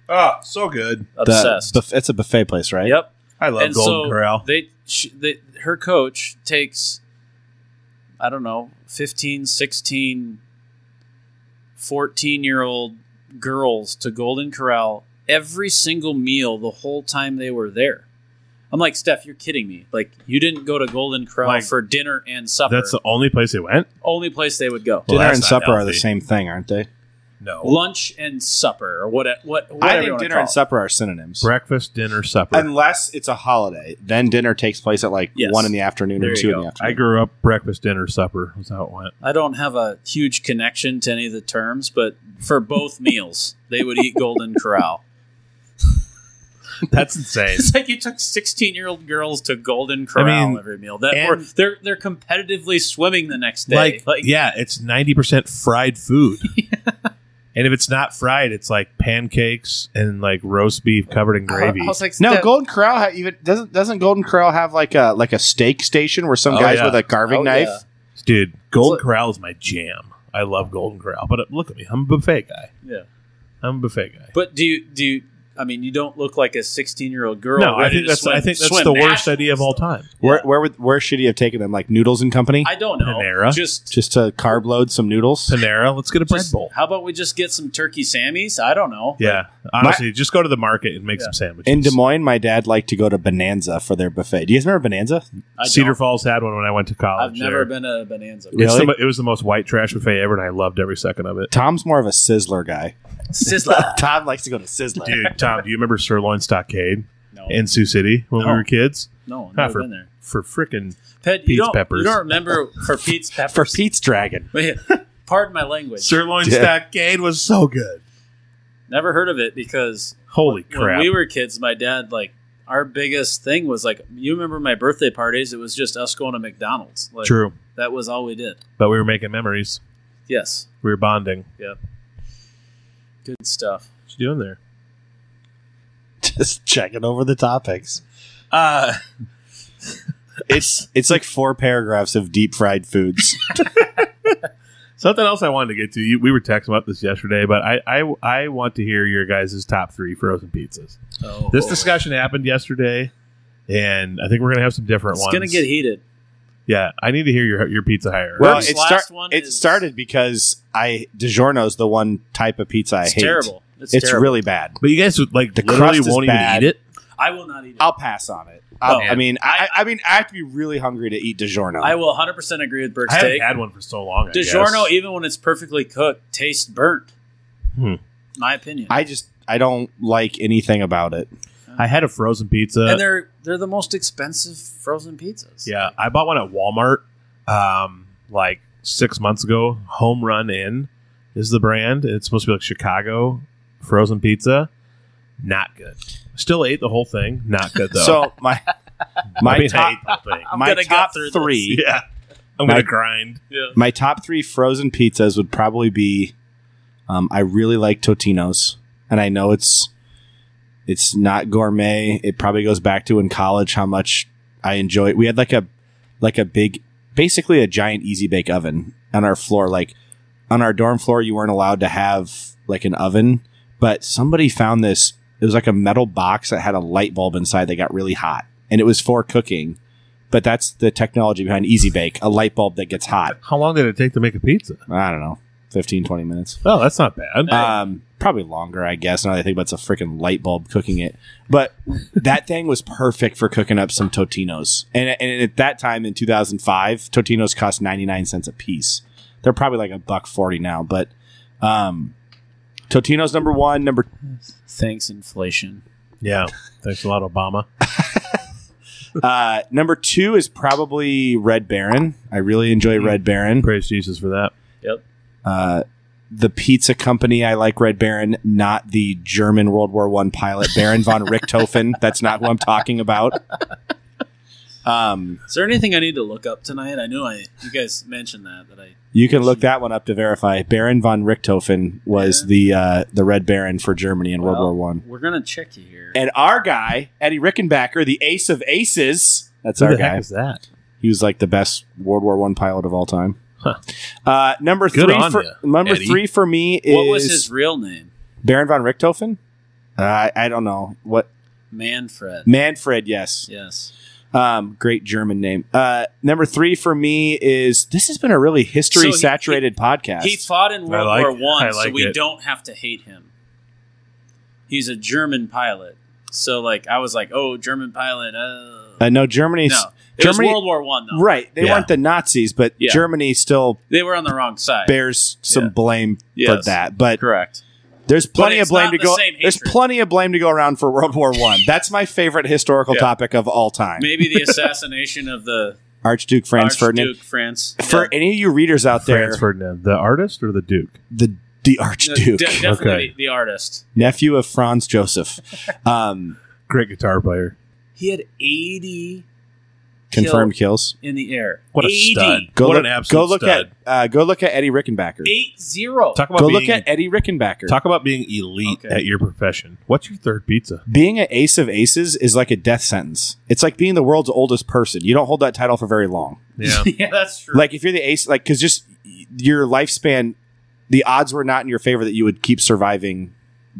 Speaker 2: oh, so good.
Speaker 3: The
Speaker 1: Obsessed.
Speaker 3: buff- it's a buffet place, right?
Speaker 1: Yep.
Speaker 2: I love
Speaker 1: and
Speaker 2: Golden
Speaker 1: so
Speaker 2: Corral.
Speaker 1: They, she, they, her coach takes, I don't know, 15, 16, 14 year old girls to Golden Corral every single meal the whole time they were there. I'm like, Steph, you're kidding me. Like, you didn't go to Golden Corral
Speaker 2: Like,
Speaker 1: for dinner and supper.
Speaker 2: That's the only place they went.
Speaker 1: only place they would go.
Speaker 2: Well,
Speaker 3: dinner
Speaker 2: that's
Speaker 3: and
Speaker 2: not
Speaker 3: supper are
Speaker 2: healthy.
Speaker 3: the same thing, aren't they?
Speaker 2: No,
Speaker 1: Lunch and supper, or what? What? Whatever
Speaker 3: I
Speaker 1: you
Speaker 3: think
Speaker 1: wanna
Speaker 3: dinner
Speaker 1: call
Speaker 3: and
Speaker 1: it.
Speaker 3: supper are synonyms.
Speaker 2: breakfast, dinner, supper.
Speaker 3: Unless it's a holiday, then dinner takes place at like
Speaker 1: Yes.
Speaker 3: one in the afternoon
Speaker 1: There
Speaker 3: or
Speaker 1: you
Speaker 3: two in
Speaker 1: go.
Speaker 3: the
Speaker 2: I
Speaker 3: afternoon.
Speaker 2: grew up breakfast, dinner, supper was how it went.
Speaker 1: I don't have a huge connection to any of the terms, but for both meals, they would eat Golden Corral.
Speaker 2: That's insane.
Speaker 1: It's like you took sixteen-year-old girls to Golden Corral
Speaker 2: mean,
Speaker 1: every meal. That
Speaker 2: and-
Speaker 1: or they're they're competitively swimming the next day.
Speaker 2: like, yeah, it's ninety percent fried food. And if it's not fried, it's like pancakes and like roast beef covered in gravy.
Speaker 1: I, I was like,
Speaker 3: No,
Speaker 1: Steph,
Speaker 3: Golden Corral ha- even doesn't doesn't Golden Corral have like a like a steak station where some
Speaker 2: Oh,
Speaker 3: guys
Speaker 2: yeah.
Speaker 3: with a carving
Speaker 1: Oh,
Speaker 3: knife?
Speaker 1: yeah.
Speaker 2: Dude, Golden
Speaker 1: So-
Speaker 2: Corral is my jam. I love Golden Corral, but uh, look at me. I'm a buffet guy.
Speaker 1: Yeah.
Speaker 2: I'm a buffet guy.
Speaker 1: But do you do you? I mean, you don't look like a sixteen-year-old girl.
Speaker 2: no, I
Speaker 1: ready
Speaker 2: think
Speaker 1: to
Speaker 2: that's
Speaker 1: swim-
Speaker 2: I think that's
Speaker 1: swim
Speaker 2: the worst
Speaker 1: nationals.
Speaker 2: idea of all time.
Speaker 3: Where where would where should he have taken them? Like noodles and company?
Speaker 1: I don't know.
Speaker 2: Panera?
Speaker 1: Just
Speaker 3: just to carb load some noodles.
Speaker 2: Panera, let's get a bread
Speaker 1: just-
Speaker 2: bowl.
Speaker 1: How about we just get some turkey sammies? I don't know.
Speaker 2: Yeah, honestly, just go to the market and make
Speaker 1: Yeah.
Speaker 2: some sandwiches.
Speaker 3: In Des Moines, my dad liked to go to Bonanza for their buffet. Do you guys remember Bonanza?
Speaker 1: I
Speaker 2: Cedar
Speaker 1: don't.
Speaker 2: Falls had one when I went to college.
Speaker 1: I've never
Speaker 2: there.
Speaker 1: been to a Bonanza.
Speaker 2: It's
Speaker 3: Really?
Speaker 2: the mo- it was the most white trash buffet ever, and I loved every second of it.
Speaker 3: Tom's more of a sizzler guy.
Speaker 1: Sizzler.
Speaker 3: Tom likes to go to sizzler.
Speaker 2: Dude, Tom, do you remember Sirloin Stockade
Speaker 1: No,
Speaker 2: in Sioux City when we
Speaker 1: No.
Speaker 2: were kids?
Speaker 1: no, I've
Speaker 2: Not
Speaker 1: never
Speaker 2: for-
Speaker 1: been there.
Speaker 2: For frickin'
Speaker 1: Pet, you
Speaker 2: Pete's
Speaker 1: don't,
Speaker 2: Peppers.
Speaker 1: you don't remember for Pete's
Speaker 3: For
Speaker 1: Peppers.
Speaker 3: Pete's Dragon.
Speaker 1: Wait, Pardon my language.
Speaker 2: Sirloin
Speaker 3: Yeah.
Speaker 2: Stockade was so good.
Speaker 1: Never heard of it because
Speaker 2: Holy crap!
Speaker 1: when we were kids, my dad like our biggest thing was like you remember my birthday parties? It was just us going to McDonald's. Like,
Speaker 2: True,
Speaker 1: That was all we did.
Speaker 2: but we were making memories.
Speaker 1: Yes.
Speaker 2: We were bonding.
Speaker 1: Good stuff.
Speaker 2: What you doing there?
Speaker 3: Just checking over the topics.
Speaker 2: Uh,
Speaker 3: It's it's like four paragraphs of deep fried foods.
Speaker 2: Something else I wanted to get to. You, we were texting about this yesterday, but I, I I want to hear your guys' top three frozen pizzas.
Speaker 1: Oh,
Speaker 2: This discussion happened yesterday, and I think we're gonna have some different
Speaker 1: it's
Speaker 2: ones.
Speaker 1: gonna get e- heated.
Speaker 2: yeah, I need to hear your your pizza hierarchy.
Speaker 3: well,
Speaker 1: Herb's
Speaker 3: it,
Speaker 1: last
Speaker 3: start,
Speaker 1: one
Speaker 3: it
Speaker 1: is-
Speaker 3: started because I DiGiorno's the one type of pizza I
Speaker 1: It's
Speaker 3: hate.
Speaker 1: terrible. It's,
Speaker 3: It's
Speaker 1: terrible.
Speaker 3: really bad.
Speaker 2: But you guys would like
Speaker 3: The
Speaker 2: literally
Speaker 3: crust is
Speaker 2: won't even
Speaker 3: bad.
Speaker 2: eat it.
Speaker 1: I will not eat it.
Speaker 3: I'll pass on it. I'll-
Speaker 1: Oh,
Speaker 3: I mean, I, I mean, I have to be really hungry to eat DiGiorno.
Speaker 1: I will 100% agree with Burke's
Speaker 2: I haven't
Speaker 1: steak.
Speaker 2: had one for so long. I
Speaker 1: DiGiorno,
Speaker 2: guess.
Speaker 1: even when it's perfectly cooked, tastes burnt.
Speaker 2: Hmm.
Speaker 1: My opinion.
Speaker 3: I just I don't like anything about it.
Speaker 2: I had a frozen pizza.
Speaker 1: and they're they're the most expensive frozen pizzas.
Speaker 2: Yeah, I bought one at Walmart um, like six months ago. Home Run Inn is the brand. It's supposed to be like Chicago frozen pizza. Not good. Still ate the whole thing. Not good though.
Speaker 3: So my
Speaker 2: I
Speaker 3: my
Speaker 2: mean, I
Speaker 3: top
Speaker 2: ate the whole thing.
Speaker 1: I'm
Speaker 3: my
Speaker 1: gonna get
Speaker 3: top
Speaker 1: through this.
Speaker 3: three
Speaker 2: Yeah, I'm
Speaker 3: My-
Speaker 2: gonna grind.
Speaker 3: my top three frozen pizzas would probably be. Um, I really like Totino's, and I know it's it's not gourmet. It probably goes back to in college how much I enjoy it. We had like a like a big, basically a giant easy bake oven on our floor. Like on our dorm floor, you weren't allowed to have like an oven, but somebody found this. It was like a metal box that had a light bulb inside that got really hot, and it was for cooking. But that's the technology behind Easy Bake, a light bulb that gets hot.
Speaker 2: How long did it take to make a pizza?
Speaker 3: I don't know, 15, 20 minutes.
Speaker 2: Oh, that's not bad.
Speaker 3: Um, probably longer, I guess. Now that I think about it, it's a freaking light bulb cooking it, but that thing was perfect for cooking up some Totinos. And, and at that time in 2005, Totinos cost 99 cents a piece. They're probably like a buck 40 now, but, um, Totinos number one, number
Speaker 1: Thanks, inflation.
Speaker 2: yeah, thanks a lot, Obama.
Speaker 3: uh, number two is probably Red Baron. I really enjoy Red Baron.
Speaker 2: Praise Jesus for that.
Speaker 3: Uh, the pizza company I like Red Baron, not the German World War One pilot Baron von Richthofen. That's not who I'm talking about. Um,
Speaker 1: Is there anything I need to look up tonight? I knew I you guys mentioned that that I
Speaker 3: you can look that one up to verify. Baron von Richthofen was
Speaker 1: Yeah.
Speaker 3: the uh, the Red Baron for Germany in
Speaker 1: Well.
Speaker 3: World War One.
Speaker 1: we're gonna check you here.
Speaker 3: And our guy Eddie Rickenbacker, the Ace of Aces. That's
Speaker 2: Who
Speaker 3: our
Speaker 2: the
Speaker 3: guy.
Speaker 2: heck is that?
Speaker 3: He was like the best World War One pilot of all time.
Speaker 2: Huh.
Speaker 3: Uh, number
Speaker 2: Good
Speaker 3: three,
Speaker 2: on
Speaker 3: for,
Speaker 2: ya,
Speaker 3: number
Speaker 2: Eddie.
Speaker 3: three for me is
Speaker 1: what was his real name?
Speaker 3: Baron von Richthofen. Uh, I, I don't know what
Speaker 1: Manfred.
Speaker 3: Manfred. Yes,
Speaker 1: yes.
Speaker 3: um, great German name. Uh, number three for me is this has been a really history saturated podcast.
Speaker 1: He fought in World
Speaker 2: like-
Speaker 1: War One,
Speaker 2: I
Speaker 1: so
Speaker 2: like
Speaker 1: we
Speaker 2: it.
Speaker 1: don't have to hate him. He's a German pilot, so like I was like, oh, German pilot. Uh,
Speaker 3: uh, no, Germany's
Speaker 1: no, it was
Speaker 3: Germany-
Speaker 1: World War One though.
Speaker 3: right. They
Speaker 2: Yeah.
Speaker 3: weren't the Nazis, but
Speaker 1: Yeah.
Speaker 3: Germany still
Speaker 1: They were on the wrong side.
Speaker 3: bears some
Speaker 1: Yeah.
Speaker 3: blame for
Speaker 1: Yes.
Speaker 3: that. But
Speaker 1: Correct.
Speaker 3: there's plenty
Speaker 1: it's
Speaker 3: of blame
Speaker 1: not
Speaker 3: to
Speaker 1: the
Speaker 3: go.
Speaker 1: same
Speaker 3: There's
Speaker 1: hatred.
Speaker 3: plenty of blame to go around for World War One. That's my favorite historical
Speaker 1: Yeah.
Speaker 3: topic of all time.
Speaker 1: Maybe the assassination of the
Speaker 3: Archduke Franz Ferdinand.
Speaker 1: Archduke France.
Speaker 3: For any of you readers out there,
Speaker 2: Franz Ferdinand, the artist or the Duke?
Speaker 3: the the
Speaker 1: Yeah.
Speaker 3: Archduke,
Speaker 1: De- definitely
Speaker 2: Okay.
Speaker 1: the artist.
Speaker 3: nephew of Franz Joseph, um,
Speaker 2: Great guitar player.
Speaker 1: He had 80
Speaker 3: confirmed
Speaker 1: killed
Speaker 3: kills.
Speaker 1: in the air.
Speaker 2: What a
Speaker 1: 80.
Speaker 2: stud.
Speaker 3: Go
Speaker 2: What
Speaker 3: look,
Speaker 2: an absolute
Speaker 3: go look
Speaker 2: stud.
Speaker 3: at uh, go look at Eddie Rickenbacker.
Speaker 1: 8-0.
Speaker 2: Talk about
Speaker 3: Go
Speaker 2: being
Speaker 3: look at Eddie Rickenbacker.
Speaker 2: Talk about being elite
Speaker 1: Okay.
Speaker 2: at your profession. What's your third pizza?
Speaker 3: being an ace of aces is like a death sentence. It's like being the world's oldest person. You don't hold that title for very long.
Speaker 2: Yeah.
Speaker 1: yeah, that's true.
Speaker 3: Like if you're the ace, like because just your lifespan, the odds were not in your favor that you would keep surviving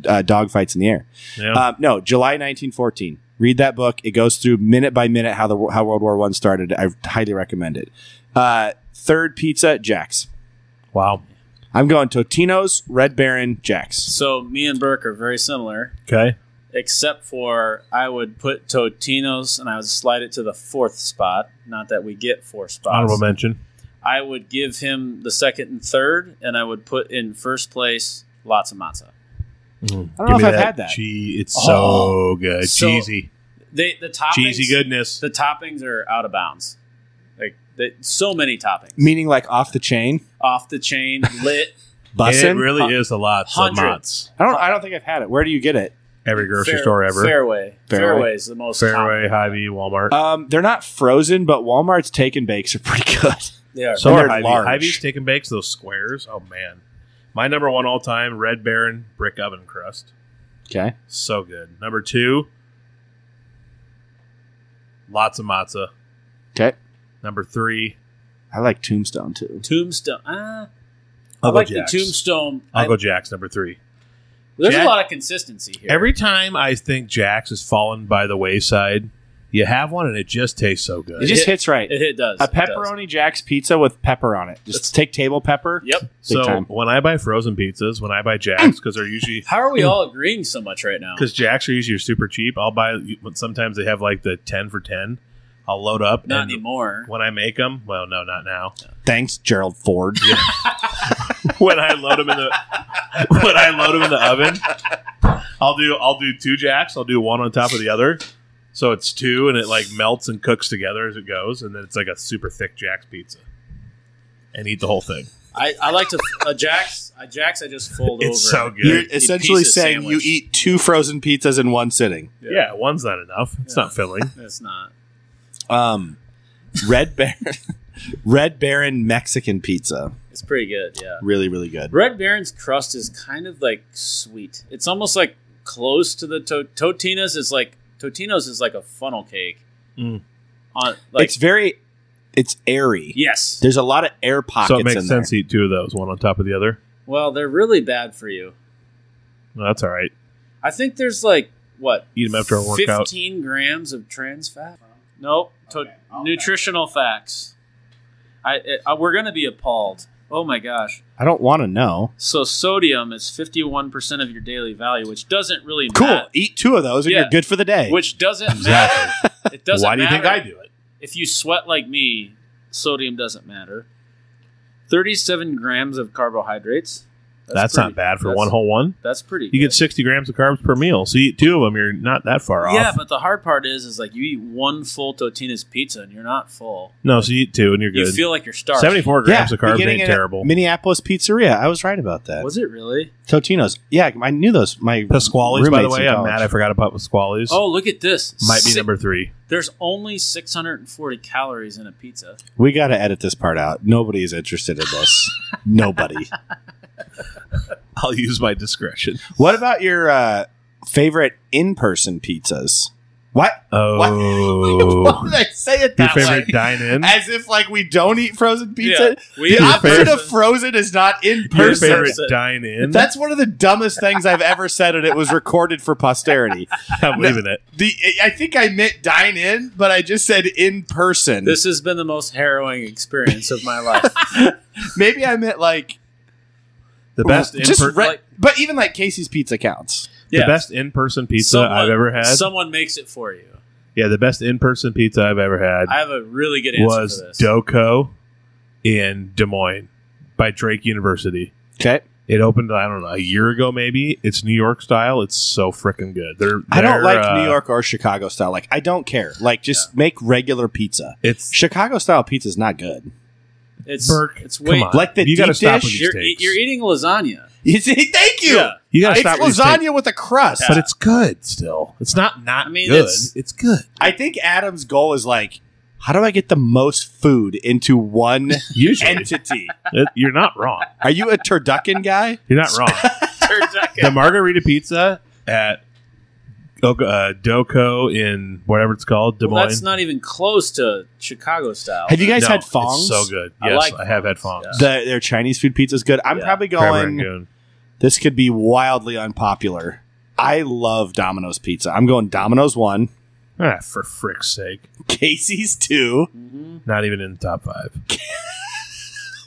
Speaker 3: uh, dogfights in the air.
Speaker 2: yeah.
Speaker 3: Um, no, July 1914. Read that book. It goes through minute by minute how the how World War One started. I highly recommend it. Uh, third pizza, Jack's.
Speaker 2: wow.
Speaker 3: I'm going Totino's, Red Baron, Jack's.
Speaker 1: so me and Burke are very similar,
Speaker 2: Okay.
Speaker 1: except for I would put Totino's and I would slide it to the fourth spot. Not that we get four spots.
Speaker 2: Honorable mention.
Speaker 1: I would give him the second and third, and I would put in first place lots of matzo.
Speaker 3: I don't know if I've had that.
Speaker 2: Gee, it's
Speaker 1: Oh.
Speaker 2: so good.
Speaker 1: So-
Speaker 2: Cheesy.
Speaker 1: They the toppings
Speaker 2: Cheesy goodness.
Speaker 1: The toppings are out of bounds. Like they, so many toppings.
Speaker 3: Meaning like off the chain,
Speaker 1: Off the chain, lit
Speaker 2: It
Speaker 3: bussin.
Speaker 2: really
Speaker 1: Hun-
Speaker 2: is a lot of
Speaker 1: hundred.
Speaker 2: mots.
Speaker 3: I don't. I don't think I've had it. Where do you get it?
Speaker 2: Every grocery
Speaker 1: Fair-
Speaker 2: store ever.
Speaker 1: Fairway.
Speaker 3: Fairway.
Speaker 1: Fairway, is the most common.
Speaker 2: Fairway, Hy-Vee, Walmart.
Speaker 3: Um, they're not frozen, but Walmart's take and bakes are pretty good.
Speaker 1: They are.
Speaker 2: Some
Speaker 3: they're
Speaker 2: are Hy-Vee.
Speaker 3: large.
Speaker 2: Hy-Vee's Steak and Bakes, those squares. Oh, man. My number one all time, Red Baron Brick Oven Crust.
Speaker 3: Okay.
Speaker 2: So good. Number two, lots of matzah.
Speaker 3: Okay.
Speaker 2: Number three,
Speaker 3: I like Tombstone too.
Speaker 1: Tombstone. Ah, I
Speaker 2: Uncle
Speaker 1: like
Speaker 2: Jack's.
Speaker 1: the tombstone. I-
Speaker 2: Uncle Jack's, number three.
Speaker 1: there's
Speaker 2: Jack-
Speaker 1: a lot of consistency here.
Speaker 2: Every time I think Jax has fallen by the wayside, You have one and it just tastes so good.
Speaker 3: It just hits right.
Speaker 1: It, it does.
Speaker 3: a
Speaker 1: It does.
Speaker 3: pepperoni Jack's pizza with pepper on it. Just
Speaker 1: That's-
Speaker 3: take table pepper.
Speaker 1: Yep.
Speaker 2: so
Speaker 3: time. Mm.
Speaker 2: when I buy frozen pizzas, when I buy Jacks, because they're usually
Speaker 1: How are we all agreeing so much right now?
Speaker 2: because Jacks are usually super cheap. I'll buy. Sometimes they have like the ten for ten. I'll load up.
Speaker 1: Not
Speaker 2: and
Speaker 1: anymore.
Speaker 2: When I make them, well, no, not now.
Speaker 3: Thanks, Gerald Ford.
Speaker 2: when I load them in the when I load 'em in the oven, I'll do I'll do two jacks. I'll do one on top of the other, so it's two, and it like melts and cooks together as it goes, and then it's like a super thick Jack's pizza, and eat the whole thing.
Speaker 1: I, I like to a Jack's. A Jack's I just fold
Speaker 2: It's
Speaker 1: over.
Speaker 2: so good.
Speaker 3: You're
Speaker 1: Eat
Speaker 3: essentially
Speaker 1: pizza
Speaker 3: saying
Speaker 1: sandwich.
Speaker 3: you eat two frozen pizzas in one sitting.
Speaker 2: yeah. one's not enough. It's
Speaker 1: Yeah.
Speaker 2: not filling.
Speaker 1: It's not.
Speaker 3: Um, Red Baron, Red Baron Mexican pizza,
Speaker 1: It's pretty good. Yeah.
Speaker 3: really really good.
Speaker 1: Red Baron's crust is kind of like sweet. It's almost like close to the to- Totino's. Is like Totino's is like a funnel cake.
Speaker 2: Mm.
Speaker 1: On like
Speaker 3: it's very, it's airy.
Speaker 1: yes.
Speaker 3: There's a lot of air pockets.
Speaker 2: so it makes
Speaker 3: in
Speaker 2: sense
Speaker 3: There.
Speaker 2: to eat two of those, one on top of the other.
Speaker 1: Well, they're really bad for you.
Speaker 2: No, that's all right.
Speaker 1: I think there's like what
Speaker 2: Eat 'em after a workout.
Speaker 1: Fifteen grams of trans fat. Nope. To- nutritional facts. I, it, I we're gonna be appalled. Oh my gosh.
Speaker 3: I don't want to know.
Speaker 1: So sodium is fifty one percent of your daily value, which doesn't really
Speaker 3: Cool.
Speaker 1: matter.
Speaker 3: Eat two of those and
Speaker 1: Yeah.
Speaker 3: you're good for the day.
Speaker 1: Which doesn't matter. It doesn't.
Speaker 2: Why do you think
Speaker 1: matter.
Speaker 2: I do it?
Speaker 1: If you sweat like me, sodium doesn't matter. Thirty-seven grams of carbohydrates.
Speaker 2: That's,
Speaker 1: pretty-
Speaker 2: not bad for
Speaker 1: that's-
Speaker 2: one whole one.
Speaker 1: That's pretty.
Speaker 2: You get sixty grams of carbs per meal, so you eat two of them. You're not that far off.
Speaker 1: Yeah, but the hard part is, is like you eat one full Totina's pizza and you're not full.
Speaker 2: no, so you eat two and you're good.
Speaker 1: You feel like you're starving.
Speaker 2: Seventy-four
Speaker 3: yeah,
Speaker 2: grams of carbs
Speaker 3: beginning
Speaker 2: ain't
Speaker 3: in
Speaker 2: terrible.
Speaker 3: Minneapolis pizzeria. I was right about that.
Speaker 1: Was it really?
Speaker 3: Totino's. Yeah, I knew those. My
Speaker 2: Pasquale's, by the
Speaker 3: roommates in
Speaker 2: way. I'm
Speaker 3: college.
Speaker 2: mad I forgot about Pasquale's.
Speaker 1: Oh, look at this.
Speaker 2: Might be
Speaker 1: Si-
Speaker 2: number three.
Speaker 1: There's only 640 calories in a pizza.
Speaker 3: We got to edit this part out. Nobody is interested in this. Nobody.
Speaker 2: I'll use my discretion.
Speaker 3: What about your uh, favorite in-person pizzas? What? Why
Speaker 2: Oh.
Speaker 3: did I say it
Speaker 2: Your
Speaker 3: that
Speaker 2: favorite
Speaker 3: way?
Speaker 2: dine in?
Speaker 3: As if like we don't eat frozen pizza.
Speaker 1: we
Speaker 3: the
Speaker 2: Your
Speaker 3: opposite
Speaker 2: favorite-
Speaker 3: of frozen is not in
Speaker 2: Your
Speaker 3: person.
Speaker 2: favorite
Speaker 1: person.
Speaker 2: dine in?
Speaker 3: That's one of the dumbest things I've ever said, and it was recorded for posterity.
Speaker 2: I'm leaving it.
Speaker 3: The I think I meant dine in, but I just said in person.
Speaker 1: This has been the most harrowing experience of my life.
Speaker 3: Maybe I meant like
Speaker 2: The best in
Speaker 3: just
Speaker 2: per-
Speaker 3: re-
Speaker 1: like-
Speaker 3: but even like Casey's Pizza counts.
Speaker 2: the best in person pizza I've ever had.
Speaker 1: Someone makes it for you.
Speaker 2: yeah, the best in person pizza I've ever had
Speaker 1: I have a really good answer
Speaker 2: was
Speaker 1: for this.
Speaker 2: Doco in Des Moines by Drake University.
Speaker 3: Okay,
Speaker 2: It opened, I don't know, a year ago maybe. It's New York style. It's so freaking good. They're,
Speaker 3: I
Speaker 2: they're,
Speaker 3: don't like
Speaker 2: uh,
Speaker 3: New York or Chicago style. Like I don't care. Like just make regular pizza.
Speaker 2: It's
Speaker 3: Chicago style pizza is not good.
Speaker 1: It's
Speaker 2: Burke,
Speaker 1: it's
Speaker 2: come
Speaker 1: way
Speaker 2: on.
Speaker 3: Like the
Speaker 2: you gotta
Speaker 3: deep
Speaker 2: stop with
Speaker 3: dish,
Speaker 2: these
Speaker 1: you're,
Speaker 2: takes.
Speaker 1: you're eating lasagna.
Speaker 3: You see, thank you.
Speaker 1: Yeah.
Speaker 2: You gotta
Speaker 3: It's
Speaker 2: stop with these takes.
Speaker 3: lasagna with a crust.
Speaker 2: but it's good still. It's not not
Speaker 1: I mean,
Speaker 2: good.
Speaker 1: it's-
Speaker 2: It's, good.
Speaker 3: I think Adam's goal is like, how do I get the most food into one
Speaker 2: Usually,
Speaker 3: entity?
Speaker 2: It- you're not wrong.
Speaker 3: Are you a turducken guy?
Speaker 2: You're not wrong.
Speaker 1: Turducken.
Speaker 2: the margarita pizza at Oka- uh, Doco in whatever it's called, Des Moines.
Speaker 1: Well, that's not even close to Chicago style.
Speaker 3: Have you guys
Speaker 2: No,
Speaker 3: had
Speaker 2: it's
Speaker 3: fongs?
Speaker 2: so good.
Speaker 1: I
Speaker 2: Yes, I,
Speaker 1: like
Speaker 2: have had
Speaker 1: fongs,
Speaker 2: fongs.
Speaker 1: yeah.
Speaker 3: The, their Chinese food pizza is good. I'm
Speaker 1: Yeah.
Speaker 3: probably
Speaker 2: Crab
Speaker 3: going.
Speaker 2: Rangoon.
Speaker 3: This could be wildly unpopular. I love Domino's pizza. I'm going Domino's one,
Speaker 2: Ah, for frick's sake!
Speaker 3: Casey's two.
Speaker 1: hmm
Speaker 2: Not even in the top five.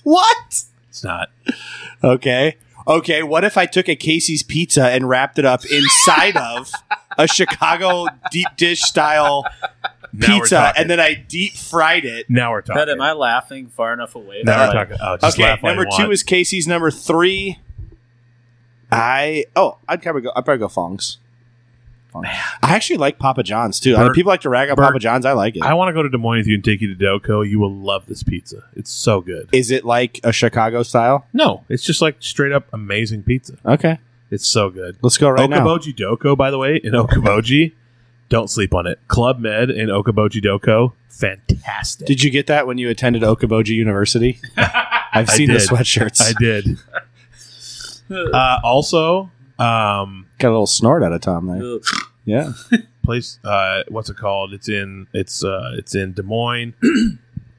Speaker 3: What?
Speaker 2: It's not.
Speaker 3: Okay. Okay. What if I took a Casey's pizza and wrapped it up inside of a Chicago deep dish style
Speaker 2: Now we're
Speaker 3: pizza
Speaker 2: talking.
Speaker 3: and then I deep fried it?
Speaker 2: now we're talking.
Speaker 1: But am I laughing far enough away?
Speaker 2: now
Speaker 1: from
Speaker 2: we're
Speaker 1: it?
Speaker 2: talking. Oh, just
Speaker 3: Okay.
Speaker 2: laugh all
Speaker 3: Number
Speaker 2: you
Speaker 3: two
Speaker 2: want.
Speaker 3: is Casey's. Number three, I oh I'd probably go I'd probably go Fong's. Fongs. I actually like Papa John's too. I mean,
Speaker 2: Bert-
Speaker 3: people like to rag on
Speaker 2: Bert-
Speaker 3: Papa John's. I like it. Is
Speaker 2: I want to go to Des Moines with you and take you to Doco. You will love this pizza. It's so good.
Speaker 3: it like a Chicago style?
Speaker 2: no, it's just like straight up amazing pizza.
Speaker 3: Okay,
Speaker 2: It's so good.
Speaker 3: let's go right now.
Speaker 2: Okaboji Doko, by the way, in Okaboji. Don't sleep on it. Club Med in Okaboji Doko, fantastic.
Speaker 3: Did you get that when you attended Okoboji University? I've
Speaker 2: I
Speaker 3: seen the
Speaker 2: did.
Speaker 3: sweatshirts.
Speaker 2: I did. uh, also, um,
Speaker 3: Got a little snort out of Tom there.
Speaker 1: Ugh.
Speaker 3: Yeah.
Speaker 2: place. Uh, what's it called? It's in. It's uh, it's in Des Moines.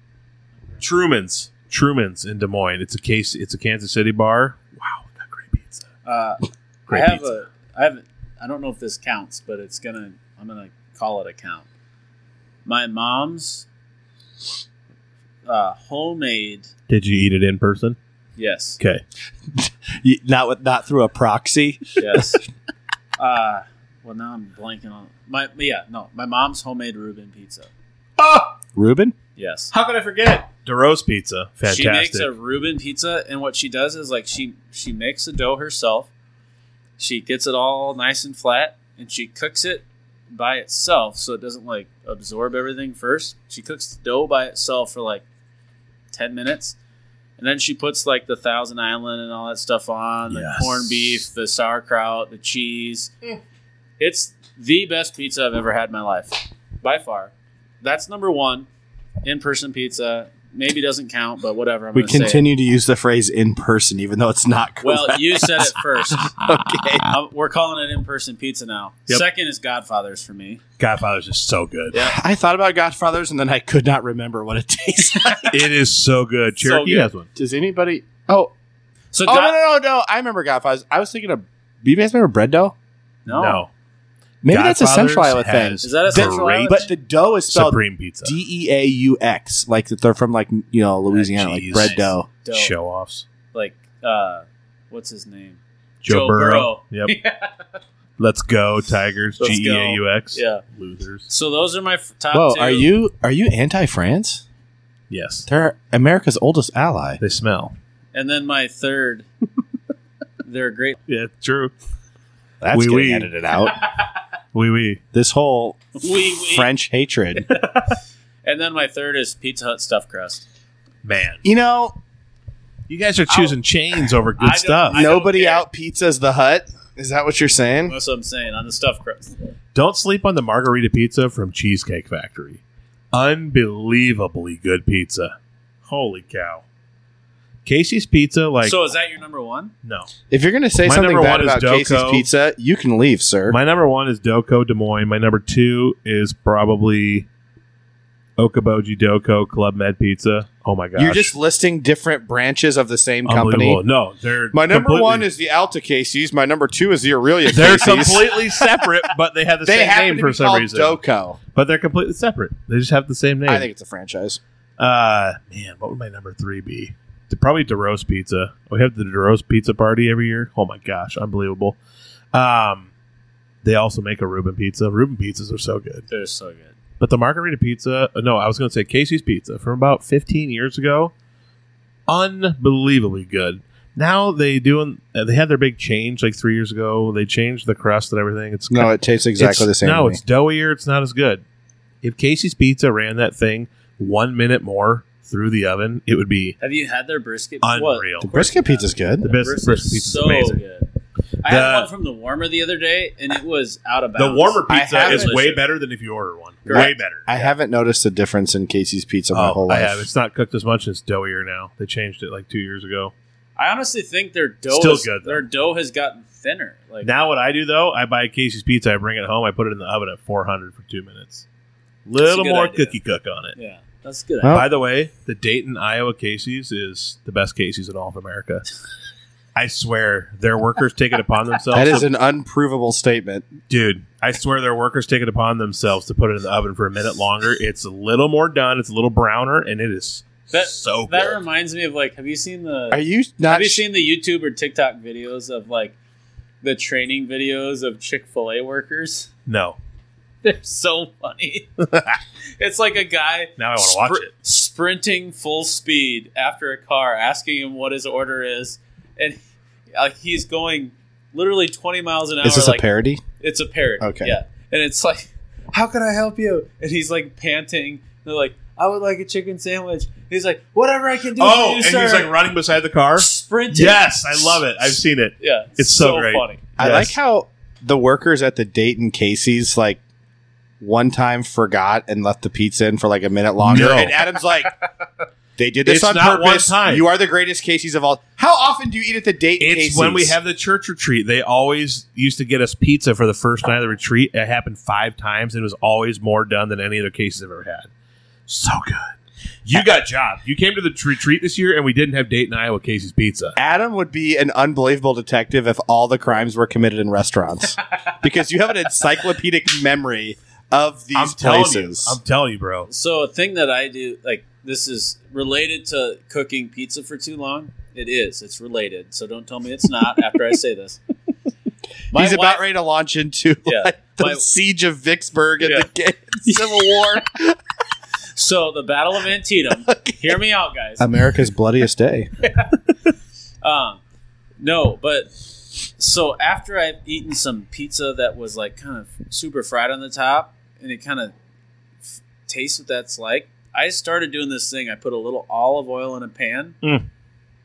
Speaker 2: Truman's. Truman's in Des Moines. It's a case. It's a Kansas City bar. Wow, we got great pizza.
Speaker 1: Uh,
Speaker 2: Great
Speaker 1: I have
Speaker 2: pizza.
Speaker 1: a I have I don't know if this counts, but it's gonna I'm gonna call it a count. my mom's uh, homemade.
Speaker 2: Did you eat it in person?
Speaker 1: Yes,
Speaker 2: Okay.
Speaker 3: You- Not with, not through a proxy.
Speaker 1: yes. uh, well, now I'm blanking on my. Yeah, no, my mom's homemade Reuben pizza.
Speaker 2: Oh,
Speaker 3: Reuben,
Speaker 1: Yes.
Speaker 2: how could I forget? DeRose pizza, fantastic.
Speaker 1: She makes a Reuben pizza, and what she does is like she she makes the dough herself. She gets it all nice and flat, and she cooks it by itself, so it doesn't like absorb everything first. She cooks the dough by itself for like ten minutes, and then she puts like the Thousand Island and all that stuff on
Speaker 2: Yes.
Speaker 1: the corned beef, the sauerkraut, the cheese. It's the best pizza I've ever had in my life, by far. That's number one. In person pizza maybe doesn't count, but whatever. I'm
Speaker 3: we
Speaker 1: gonna say it.
Speaker 3: continue to use the phrase in person, even though it's not correct.
Speaker 1: Well, you said it first.
Speaker 3: okay.
Speaker 1: Um, we're calling it in person pizza now.
Speaker 2: Yep.
Speaker 1: Second is Godfather's for me.
Speaker 2: Godfather's is so good.
Speaker 1: Yeah.
Speaker 3: I thought about Godfathers and then I could not remember what it tastes like.
Speaker 2: It is so good.
Speaker 1: So
Speaker 2: Cherokee
Speaker 1: good.
Speaker 2: has one.
Speaker 3: Does anybody? Oh,
Speaker 1: So
Speaker 3: oh
Speaker 1: God-
Speaker 3: no, no, no, no! I remember Godfathers. I was thinking of. Do you guys remember bread dough?
Speaker 1: no.
Speaker 3: Maybe that's a Central Iowa
Speaker 2: Godfather's
Speaker 3: thing.
Speaker 2: has
Speaker 1: Is that a Central
Speaker 2: great
Speaker 1: Iowa
Speaker 3: But the dough Ah, is spelled
Speaker 2: Supreme pizza.
Speaker 3: D E A U X, like that they're from like you know Louisiana, like
Speaker 2: cheese.
Speaker 3: bread dough.
Speaker 1: Dough.
Speaker 2: Show offs.
Speaker 1: Like, uh, what's his name?
Speaker 2: Joe,
Speaker 1: Joe
Speaker 2: Burrow. Yep.
Speaker 1: yeah.
Speaker 2: Let's go, Tigers.
Speaker 1: Let's go.
Speaker 2: G E A U X. Losers.
Speaker 1: So those are my f- top
Speaker 3: Whoa,
Speaker 1: two.
Speaker 3: are you are you anti France?
Speaker 2: Yes.
Speaker 3: They're America's oldest ally.
Speaker 2: They smell.
Speaker 1: And then my third. They're great.
Speaker 2: Yeah, true.
Speaker 3: That's
Speaker 2: Oui,
Speaker 3: getting
Speaker 2: oui.
Speaker 3: edited out.
Speaker 2: Wee wee.
Speaker 3: this whole
Speaker 1: Oui, oui.
Speaker 3: French hatred.
Speaker 1: And then my third is Pizza Hut stuffed crust.
Speaker 2: Man.
Speaker 3: You know,
Speaker 2: You guys are choosing chains over
Speaker 1: I
Speaker 2: good
Speaker 1: don't-
Speaker 2: stuff.
Speaker 1: I-
Speaker 3: nobody
Speaker 1: care.
Speaker 3: out pizzas the hut. Is that what you're saying?
Speaker 1: That's what I'm saying on the stuffed crust.
Speaker 2: Don't sleep on the margarita pizza from Cheesecake Factory. Unbelievably good pizza. Holy cow. Casey's Pizza, like,
Speaker 1: so is that your number one?
Speaker 2: no.
Speaker 3: If you're going to say
Speaker 2: My
Speaker 3: something
Speaker 2: number
Speaker 3: bad
Speaker 2: one is
Speaker 3: about Casey's
Speaker 2: Doco.
Speaker 3: Pizza, you can leave, sir.
Speaker 2: My number one is Doko Des Moines. My number two is probably Okaboji Doko Club Med Pizza. Oh my gosh.
Speaker 3: you're just listing different branches of the same
Speaker 2: Unbelievable.
Speaker 3: company.
Speaker 2: No, they're
Speaker 3: My number
Speaker 2: completely-
Speaker 3: one is the Alta Casey's. My number two is the Aurelia
Speaker 2: they're
Speaker 3: Casey's.
Speaker 2: completely separate, but they have the
Speaker 3: they
Speaker 2: same
Speaker 3: happen
Speaker 2: name
Speaker 3: to
Speaker 2: for
Speaker 3: be
Speaker 2: some
Speaker 3: called
Speaker 2: reason.
Speaker 3: Doco.
Speaker 2: But they're completely separate. They just have the same name.
Speaker 3: I think it's a franchise.
Speaker 2: Uh man, what would my number three be? De- Probably DeRose Pizza. We have the DeRose Pizza party every year. Oh my gosh, unbelievable. Um, they also make a Reuben pizza. Reuben pizzas are so good.
Speaker 1: They're so good.
Speaker 2: But the margarita pizza, uh, no, I was going to say Casey's Pizza from about 15 years ago, unbelievably good. Now they doing uh, they had their big change like three years ago. They changed the crust and everything. It's
Speaker 3: No, it tastes exactly
Speaker 2: it's-
Speaker 3: the same.
Speaker 2: No,
Speaker 3: to me.
Speaker 2: it's doughier. It's not as good. If Casey's Pizza ran that thing one minute more through the oven, it would be
Speaker 1: Have you had their brisket? What?
Speaker 2: unreal.
Speaker 3: the brisket pizza's
Speaker 2: The
Speaker 3: good.
Speaker 2: best
Speaker 1: Brisket
Speaker 2: brisket
Speaker 1: is
Speaker 2: pizza
Speaker 1: so
Speaker 2: amazing.
Speaker 1: good. I had
Speaker 2: The-
Speaker 1: one from the warmer the other day, and it was out of bounds.
Speaker 2: The warmer
Speaker 3: I
Speaker 2: pizza
Speaker 3: have
Speaker 2: is
Speaker 1: it.
Speaker 2: way better than if you order one. Way
Speaker 1: Correct.
Speaker 2: better.
Speaker 3: I haven't noticed a difference in Casey's pizza my whole
Speaker 2: Oh, I
Speaker 3: life.
Speaker 2: have. It's not cooked as much. It's doughier now. They changed it like two years ago.
Speaker 1: I honestly think their dough
Speaker 2: Still
Speaker 1: is-
Speaker 2: good, though.
Speaker 1: their dough has gotten thinner. Like
Speaker 2: Now what I do though, I buy Casey's pizza, I bring it home, I put it in the oven at 400 for two minutes. Little
Speaker 1: good
Speaker 2: more
Speaker 1: idea.
Speaker 2: cookie cook on it.
Speaker 1: yeah, that's a good.
Speaker 3: Well,
Speaker 2: By the way, the Dayton, Iowa Casey's is the best Casey's in all of America. I swear, their workers take it upon themselves.
Speaker 3: that is
Speaker 2: to,
Speaker 3: an unprovable statement.
Speaker 2: dude, I swear their workers take it upon themselves to put it in the oven for a minute longer. It's a little more done. It's a little browner, and it is
Speaker 1: That-
Speaker 2: so
Speaker 1: that
Speaker 2: good.
Speaker 1: reminds me of like, have you seen the
Speaker 3: Are you
Speaker 1: have
Speaker 3: not?
Speaker 1: you seen the YouTube or TikTok videos of like the training videos of Chick Fil A workers?
Speaker 2: no,
Speaker 1: They're so funny. it's like a guy
Speaker 2: now I want to watch
Speaker 1: spr-
Speaker 2: it.
Speaker 1: Sprinting full speed after a car, asking him what his order is, and like he's going literally twenty miles an hour.
Speaker 3: is this
Speaker 1: like,
Speaker 3: a parody?
Speaker 1: It's a parrot.
Speaker 3: Okay.
Speaker 1: Yeah, and it's like, how can I help you? And he's like panting. They're like, I would like a chicken sandwich. He's like, whatever I can
Speaker 2: Oh,
Speaker 1: do for you, sir.
Speaker 2: running beside the car.
Speaker 1: sprinting.
Speaker 2: Yes, I love it. I've seen it.
Speaker 1: Yeah,
Speaker 2: It's so great.
Speaker 1: funny.
Speaker 3: I
Speaker 2: Yes.
Speaker 3: like how the workers at the Dayton Casey's like one time forgot and left the pizza in for like a minute longer,
Speaker 2: No.
Speaker 3: and Adam's like. They did
Speaker 2: It's
Speaker 3: this on
Speaker 2: not one
Speaker 3: purpose.
Speaker 2: time.
Speaker 3: You are the greatest Casey's of all. How often do you eat at the Dayton
Speaker 2: It's
Speaker 3: Casey's?
Speaker 2: when we have the church retreat. They always used to get us pizza for the first night of the retreat. It happened five times. It was always more done than any other cases I've ever had. So good. You got job. You came to the tr- retreat this year, and we didn't have Dayton, Iowa Casey's pizza.
Speaker 3: Adam would be an unbelievable detective if all the crimes were committed in restaurants because you have an encyclopedic memory of these
Speaker 2: I'm telling
Speaker 3: places.
Speaker 2: you, I'm telling you, bro.
Speaker 1: So a thing that I do, like this is related to cooking pizza for too long. It is. It's related. So don't tell me it's not after I say this. My
Speaker 3: He's
Speaker 1: wife-
Speaker 3: about ready to launch into
Speaker 1: Yeah.
Speaker 3: like, the
Speaker 1: My-
Speaker 3: siege of Vicksburg and
Speaker 1: Yeah.
Speaker 3: the Gay- Civil War.
Speaker 1: So the Battle of Antietam. Hear me out, guys.
Speaker 3: America's bloodiest day.
Speaker 1: Um, no, but so after I've eaten some pizza that was like kind of super fried on the top, and it kind of f- tastes what that's like. I started doing this thing. I put a little olive oil in a pan,
Speaker 2: Mm.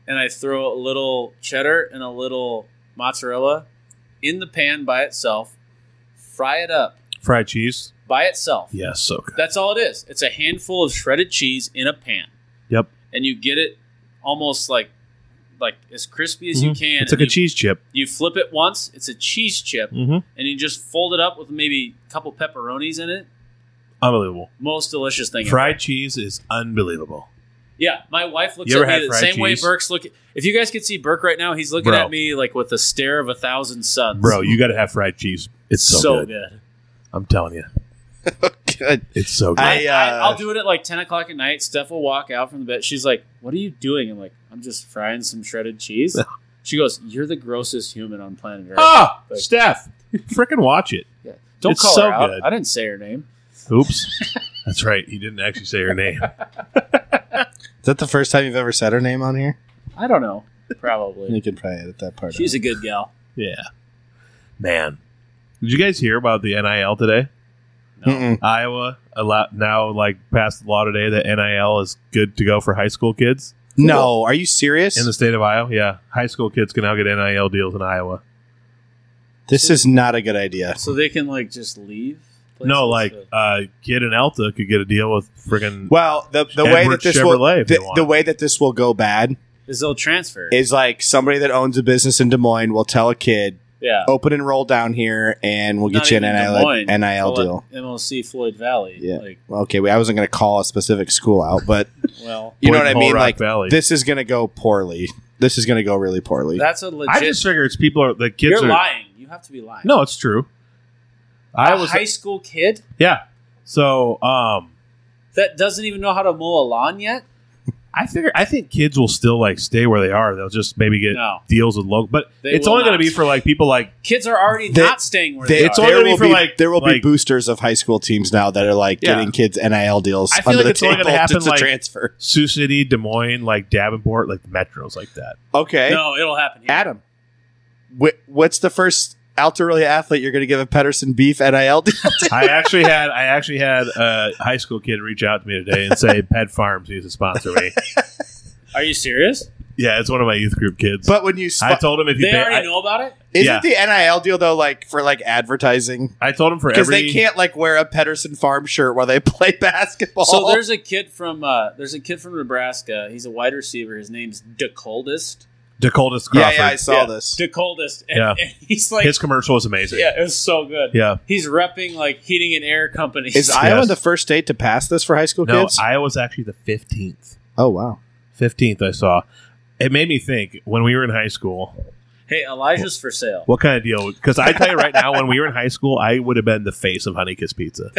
Speaker 1: and I throw a little cheddar and a little mozzarella in the pan by itself. Fry it up
Speaker 2: Fried cheese.
Speaker 1: by itself.
Speaker 2: Yes, so good.
Speaker 1: That's all it is. It's a handful of shredded cheese in a pan.
Speaker 2: Yep.
Speaker 1: And you get it almost like like as crispy as you can.
Speaker 2: Mhm. It's like
Speaker 1: and
Speaker 2: a
Speaker 1: you-
Speaker 2: cheese chip.
Speaker 1: you flip it once, it's a cheese chip,
Speaker 2: Mm-hmm.
Speaker 1: and you just fold it up with maybe a couple pepperonis in it.
Speaker 2: Unbelievable.
Speaker 1: Most delicious thing. ever.
Speaker 2: Fried cheese is unbelievable.
Speaker 1: Yeah, my wife looks
Speaker 2: You
Speaker 1: at
Speaker 2: ever
Speaker 1: me
Speaker 2: had
Speaker 1: the
Speaker 2: fried
Speaker 1: same way
Speaker 2: cheese?
Speaker 1: Burke's looking. If you guys could see Burke right now, he's looking
Speaker 2: Bro.
Speaker 1: at me like with a stare of a thousand suns.
Speaker 2: Bro, you got to have fried cheese. It's so, good. I'm telling you.
Speaker 3: Good.
Speaker 2: It's so good.
Speaker 3: I,
Speaker 1: I,
Speaker 3: uh,
Speaker 1: I'll do it at like ten o'clock at night. Steph will walk out from the bed. She's like, "What are you doing?" I'm like, "I'm just frying some shredded cheese." she goes, "You're the grossest human on planet Earth."
Speaker 2: Ah,
Speaker 1: Like-
Speaker 2: Steph, freaking watch it.
Speaker 1: Yeah. Don't
Speaker 2: It's
Speaker 1: call
Speaker 2: so
Speaker 1: her out.
Speaker 2: good.
Speaker 1: I didn't say her name.
Speaker 2: Oops. That's right. He didn't actually say her name.
Speaker 3: Is that the first time you've ever said her name on here?
Speaker 1: I don't know. Probably.
Speaker 3: You can probably edit that part.
Speaker 1: She's a good gal.
Speaker 2: Yeah. Man. Did you guys hear about the NIL today?
Speaker 1: No.
Speaker 3: Mm-mm.
Speaker 2: Iowa allow, now like passed the law today that NIL is good to go for high school kids
Speaker 3: No, are you serious?
Speaker 2: in the state of Iowa. Yeah, high school kids can now get NIL deals in Iowa.
Speaker 3: this is not a good idea.
Speaker 1: So they can like just leave.
Speaker 2: no,
Speaker 1: places?
Speaker 2: like
Speaker 1: Uh,
Speaker 2: uh, kid in Alta could get a deal with friggin'
Speaker 3: Well, the, the way
Speaker 2: Edward
Speaker 3: that this
Speaker 2: Chevrolet
Speaker 3: will
Speaker 2: if they
Speaker 3: the,
Speaker 2: want.
Speaker 3: the way that this will go bad
Speaker 1: is they'll transfer.
Speaker 3: is like somebody that owns a business in Des Moines will tell a kid,
Speaker 1: yeah.
Speaker 3: open and roll down here, and we'll get
Speaker 1: Not
Speaker 3: you an
Speaker 1: even Des
Speaker 3: NIL,
Speaker 1: Moines.
Speaker 3: NIL
Speaker 1: Well,
Speaker 3: deal.
Speaker 1: MLC Floyd Valley.
Speaker 3: Yeah.
Speaker 1: Like,
Speaker 3: Okay, we- I wasn't going to call a specific school out, but
Speaker 1: well,
Speaker 3: you
Speaker 2: Boynton
Speaker 3: know what I
Speaker 2: Hall
Speaker 3: mean.
Speaker 2: Rock
Speaker 3: Like
Speaker 2: Valley.
Speaker 3: this is going to go poorly. This is going to go really poorly.
Speaker 1: that's a legit.
Speaker 2: I just figure it's people are the kids
Speaker 1: you're
Speaker 2: are
Speaker 1: lying. You have to be lying.
Speaker 2: no, it's true. I
Speaker 1: a
Speaker 2: was
Speaker 1: high school kid
Speaker 2: yeah. So um,
Speaker 1: that doesn't even know how to mow a lawn yet.
Speaker 2: I figure I think kids will still like stay where they are. They'll just maybe get
Speaker 1: No,
Speaker 2: deals with local, but
Speaker 1: They
Speaker 2: it's
Speaker 1: will
Speaker 2: only going
Speaker 1: not.
Speaker 2: to be for like people like
Speaker 1: kids are already
Speaker 3: They-
Speaker 1: not staying where
Speaker 3: They-
Speaker 1: they,
Speaker 2: It's
Speaker 1: are.
Speaker 2: only
Speaker 3: there
Speaker 2: gonna be
Speaker 3: will
Speaker 2: for,
Speaker 3: be
Speaker 2: like-
Speaker 3: there will be
Speaker 2: like-
Speaker 3: boosters of high school teams now that are like
Speaker 2: Yeah.
Speaker 3: getting kids NIL deals
Speaker 2: I feel
Speaker 3: under
Speaker 2: like
Speaker 3: the
Speaker 2: it's only gonna
Speaker 3: table
Speaker 2: happen,
Speaker 3: just to
Speaker 2: like-
Speaker 3: transfer.
Speaker 2: Sioux City, Des Moines, like Davenport, like the metros, like that.
Speaker 3: Okay,
Speaker 1: No, it'll happen. Here.
Speaker 3: Adam, wh- what's the first Altarolia athlete you're going to give a Pedersen beef NIL deal?
Speaker 2: I actually had I actually had a high school kid reach out to me today and say Pet Farms needs to sponsor me.
Speaker 1: Are you serious?
Speaker 2: Yeah, it's one of my youth group kids.
Speaker 3: but when you spot,
Speaker 2: I told him if you
Speaker 1: They
Speaker 2: pay,
Speaker 1: already
Speaker 2: I,
Speaker 1: know about it.
Speaker 3: isn't
Speaker 2: yeah.
Speaker 3: the NIL deal though like for like advertising
Speaker 2: I told him for
Speaker 3: because
Speaker 2: every
Speaker 3: they can't like wear a Pedersen farm shirt while they play basketball.
Speaker 1: So there's a kid from uh, there's a kid from Nebraska. He's a wide receiver. His name's DeColdest.
Speaker 2: Dakota's
Speaker 3: yeah,
Speaker 2: Crawford.
Speaker 3: yeah, I saw
Speaker 1: Yeah.
Speaker 3: this.
Speaker 1: DeColdest. And,
Speaker 2: Yeah.
Speaker 1: and he's like,
Speaker 2: His commercial was amazing.
Speaker 1: yeah, it was so good.
Speaker 2: Yeah.
Speaker 1: He's repping like heating and air companies.
Speaker 3: Is Iowa
Speaker 2: Yes.
Speaker 3: the first state to pass this for high school
Speaker 2: No,
Speaker 3: kids?
Speaker 2: Iowa's actually the fifteenth.
Speaker 3: oh wow.
Speaker 2: Fifteenth, I saw. It made me think when we were in high school,
Speaker 1: hey, Elijah's for sale.
Speaker 2: what kind of deal? Because I tell you right now, when we were in high school, I would have been the face of Honeykiss Pizza,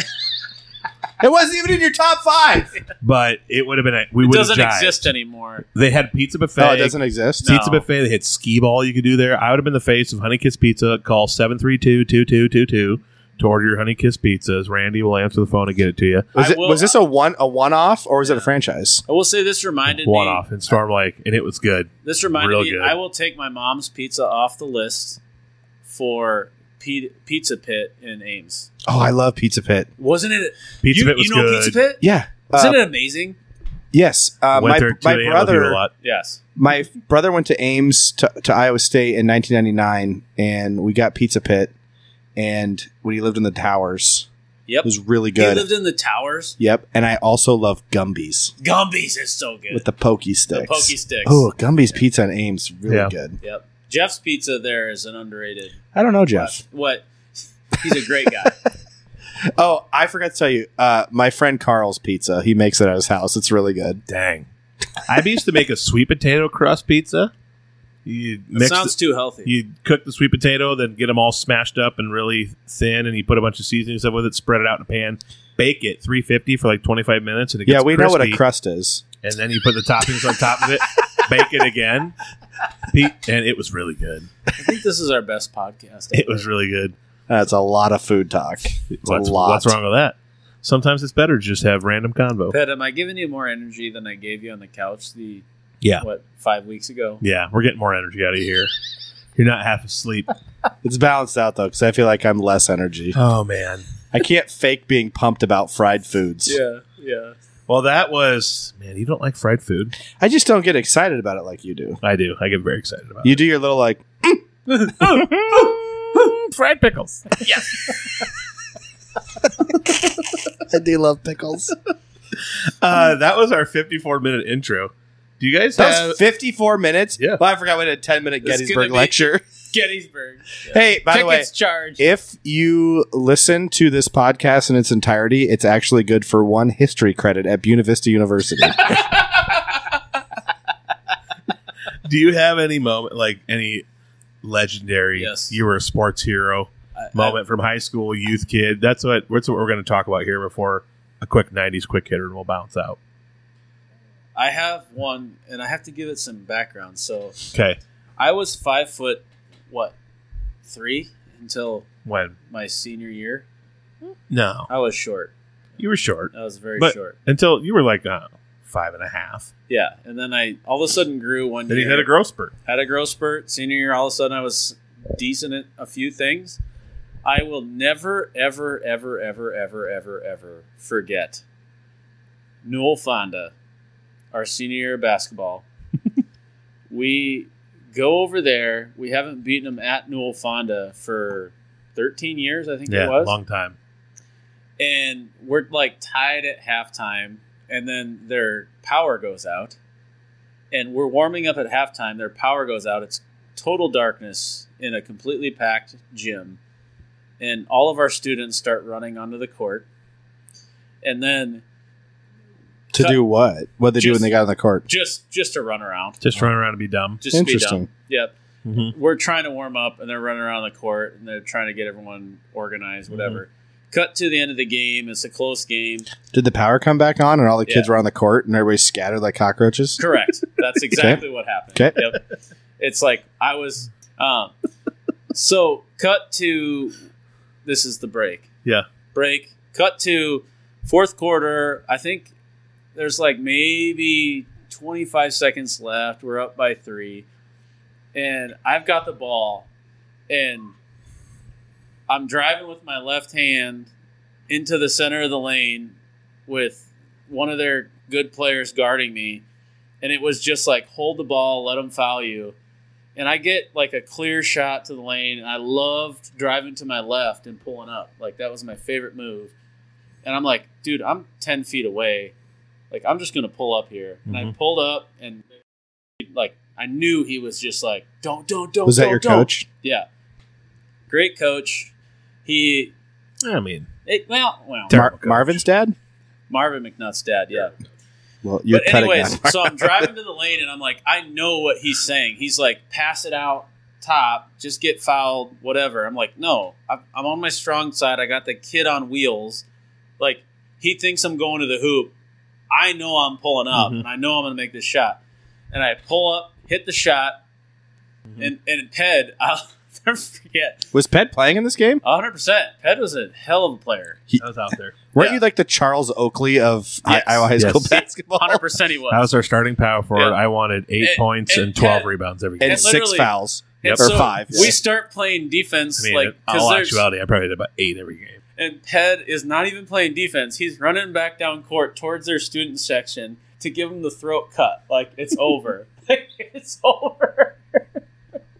Speaker 3: It wasn't even in your top five.
Speaker 2: but it would have been a- we
Speaker 1: It
Speaker 2: would have
Speaker 1: doesn't
Speaker 2: jived.
Speaker 1: exist anymore.
Speaker 2: They had pizza buffet.
Speaker 3: No, Oh, it doesn't exist.
Speaker 1: No.
Speaker 2: Pizza buffet. They had skee ball you could do there. I would have been the face of Honey Kiss Pizza. Call 732-2222 to order your Honey Kiss pizzas. Randy will answer the phone and get it to you.
Speaker 3: Was,
Speaker 1: I
Speaker 3: it,
Speaker 1: will- uh,
Speaker 3: was this a one a one off or was it a franchise?
Speaker 1: I will say this reminded
Speaker 2: One
Speaker 1: me.
Speaker 2: off and Storm Lake, and it was good.
Speaker 1: This reminded
Speaker 2: Real
Speaker 1: me.
Speaker 2: good.
Speaker 1: I will take my mom's pizza off the list for P- Pizza Pit in Ames.
Speaker 3: Oh, I love Pizza Pit.
Speaker 1: Wasn't it?
Speaker 2: Pizza
Speaker 1: you,
Speaker 2: Pit was
Speaker 1: you know
Speaker 2: good.
Speaker 1: Pizza Pit?
Speaker 3: Yeah. Uh,
Speaker 1: Isn't it amazing?
Speaker 3: yes. Uh,
Speaker 2: Went
Speaker 3: my
Speaker 2: there at
Speaker 3: my
Speaker 2: 2 a.m. with you a
Speaker 3: brother
Speaker 2: lot.
Speaker 1: Yes.
Speaker 3: my brother went to Ames to, to Iowa State in 1999, and we got Pizza Pit. And when he lived in the towers,
Speaker 1: Yep.
Speaker 3: it was really
Speaker 1: He
Speaker 3: good.
Speaker 1: lived in the towers.
Speaker 3: yep. And I also love Gumby's
Speaker 1: Gumby's is so good.
Speaker 3: with the pokey
Speaker 1: The
Speaker 3: sticks.
Speaker 1: pokey sticks.
Speaker 3: Oh, Gumby's pizza in Ames really
Speaker 2: Yeah.
Speaker 3: good.
Speaker 1: Yep. Jeff's pizza there is an underrated.
Speaker 3: I don't know, Jeff.
Speaker 1: What? He's a great guy.
Speaker 3: Oh, I forgot to tell you. Uh, my friend Carl's Pizza. He makes it at his house. It's really good.
Speaker 2: Dang. I used to make a sweet potato crust pizza You
Speaker 1: It
Speaker 2: mix
Speaker 1: sounds too healthy.
Speaker 2: you cook the sweet potato, then get them all smashed up and really thin, and you put a bunch of seasoning stuff with it, spread it out in a pan, bake it 350 for like 25 minutes, and it gets
Speaker 3: yeah, we know what a
Speaker 2: crispy,
Speaker 3: crust is.
Speaker 2: and then you put the toppings on top of it, bake it again, Pete, and it was really good.
Speaker 1: I think this is our best podcast.
Speaker 2: It was really good.
Speaker 3: That's a lot of food talk. It's
Speaker 2: What's,
Speaker 3: a lot.
Speaker 2: what's wrong with that? Sometimes it's better to just have random convo.
Speaker 1: Pet, am I giving you more energy than I gave you on the couch the
Speaker 2: Yeah.
Speaker 1: what five weeks ago?
Speaker 2: Yeah, we're getting more energy out of you here. You're not half asleep.
Speaker 3: It's balanced out though, because I feel like I'm less energy.
Speaker 2: Oh man.
Speaker 3: I can't fake being pumped about fried foods.
Speaker 1: Yeah, yeah.
Speaker 2: Well, that was man. You don't like fried food?
Speaker 3: I just don't get excited about it like you do.
Speaker 2: I do. I get very excited about.
Speaker 3: You do your little like
Speaker 2: fried pickles.
Speaker 3: I do love pickles.
Speaker 2: Uh, that was our 54 minute intro. Do you guys
Speaker 3: That
Speaker 2: have?
Speaker 3: was 54 minutes.
Speaker 2: Yeah.
Speaker 3: Well, I forgot we did a 10 minute
Speaker 1: It's
Speaker 3: Gettysburg
Speaker 1: gonna be-
Speaker 3: lecture.
Speaker 1: Gettysburg. Yeah.
Speaker 3: Hey, by the way,
Speaker 1: Tickets charged.
Speaker 3: if you listen to this podcast in its entirety, it's actually good for one history credit at Buena Vista University.
Speaker 2: Do you have any moment like any legendary?
Speaker 1: Yes.
Speaker 2: You were a sports hero
Speaker 1: I-
Speaker 2: moment from high school, youth kid. That's what. That's what we're going to talk about here before a quick 90s quick hitter, and we'll bounce out.
Speaker 1: I, I have one, and I have to give it some background. So
Speaker 2: Okay.
Speaker 1: I was five foot, what, three until
Speaker 2: When?
Speaker 1: my senior year.
Speaker 2: No,
Speaker 1: I was short.
Speaker 2: you were short
Speaker 1: I was very
Speaker 2: But-
Speaker 1: short.
Speaker 2: until you were like uh, five and a half.
Speaker 1: Yeah, and then I all of a sudden grew one
Speaker 2: Then
Speaker 1: year.
Speaker 2: you had a growth spurt.
Speaker 1: had a growth spurt senior year all of a sudden i was decent at a few things i will never ever ever ever ever ever ever forget newell fonda our senior year of basketball we go over there we haven't beaten them at newell fonda for 13 years i think
Speaker 2: Yeah,
Speaker 1: it was
Speaker 2: long time.
Speaker 1: and we're like tied at halftime and then their power goes out and we're warming up at halftime their power goes out it's total darkness in a completely packed gym and all of our students start running onto the court and then
Speaker 3: to do what? What they do when
Speaker 1: Just-
Speaker 3: they got on the court?
Speaker 1: just just to run around
Speaker 2: Just running around to be dumb.
Speaker 1: just to be
Speaker 3: Interesting.
Speaker 1: dumb yep
Speaker 2: Mm-hmm.
Speaker 1: we're trying to warm up and they're running around the court and they're trying to get everyone organized whatever cut to the end of the game it's a close game
Speaker 3: Did the power come back on and all the kids were on the court and everybody scattered like cockroaches?
Speaker 1: Correct. That's exactly what happened.
Speaker 3: Okay.
Speaker 1: Yep. It's like I was. Um, so cut to this is the break.
Speaker 2: Yeah.
Speaker 1: Break. Cut to fourth quarter. I think there's like maybe 25 seconds left. We're up by three, and I've got the ball, and I'm driving with my left hand into the center of the lane with one of their good players guarding me and it was just like hold the ball, let them foul you. And I get like a clear shot to the lane, and I loved driving to my left and pulling up. Like that was my favorite move. And I'm like, dude, I'm ten feet away. Like I'm just gonna pull up here. And I
Speaker 3: Mm-hmm.
Speaker 2: Mhm.
Speaker 1: pulled up, and like I knew he was just like, don't, don't, don't.
Speaker 3: Was that
Speaker 1: don't,
Speaker 3: your
Speaker 1: don't.
Speaker 3: coach?
Speaker 1: Yeah, great coach. He,
Speaker 2: I mean,
Speaker 1: it, well, well,
Speaker 2: Terrible
Speaker 3: Mar-
Speaker 2: coach.
Speaker 3: Marvin's dad?
Speaker 1: Marvin McNutt's dad. Yeah.
Speaker 3: Well, you're
Speaker 1: but
Speaker 3: cutting
Speaker 1: anyways,
Speaker 3: that.
Speaker 1: so I'm driving to the lane and I'm like, I know what he's saying. He's like, pass it out top, just get fouled, whatever. I'm like, no, I'm, I'm on my strong side. I got the kid on wheels. Like he thinks I'm going to the hoop. I know I'm pulling up
Speaker 3: Mm-hmm.
Speaker 2: Mhm.
Speaker 1: and I know I'm going to make this shot. And I pull up, hit the shot,
Speaker 3: Mm-hmm.
Speaker 1: and and Ped, I'll never forget,
Speaker 3: Was Ped playing in this game?
Speaker 1: 100. percent Ped was a hell of a player.
Speaker 2: I was out there.
Speaker 3: Weren't
Speaker 1: Yeah.
Speaker 3: you like the Charles Oakley of
Speaker 1: Yes.
Speaker 3: I- Iowa High
Speaker 2: Yes.
Speaker 3: School basketball?
Speaker 1: 100 percent he was.
Speaker 2: That was our starting power forward.
Speaker 1: Yeah.
Speaker 2: I wanted eight
Speaker 1: And-
Speaker 2: points and,
Speaker 1: and
Speaker 2: 12
Speaker 1: ten.
Speaker 2: rebounds every game.
Speaker 3: and
Speaker 1: And
Speaker 3: six
Speaker 1: literally-
Speaker 3: fouls
Speaker 1: And
Speaker 3: or
Speaker 1: so
Speaker 3: five.
Speaker 1: We start playing defense
Speaker 2: I mean,
Speaker 1: like
Speaker 2: in
Speaker 1: 'cause
Speaker 2: all
Speaker 1: there's-
Speaker 2: actuality, I probably did about eight every game.
Speaker 1: and Ped is not even playing defense. He's running back down court towards their student section to give him the throat cut. Like it's over. Like, it's over.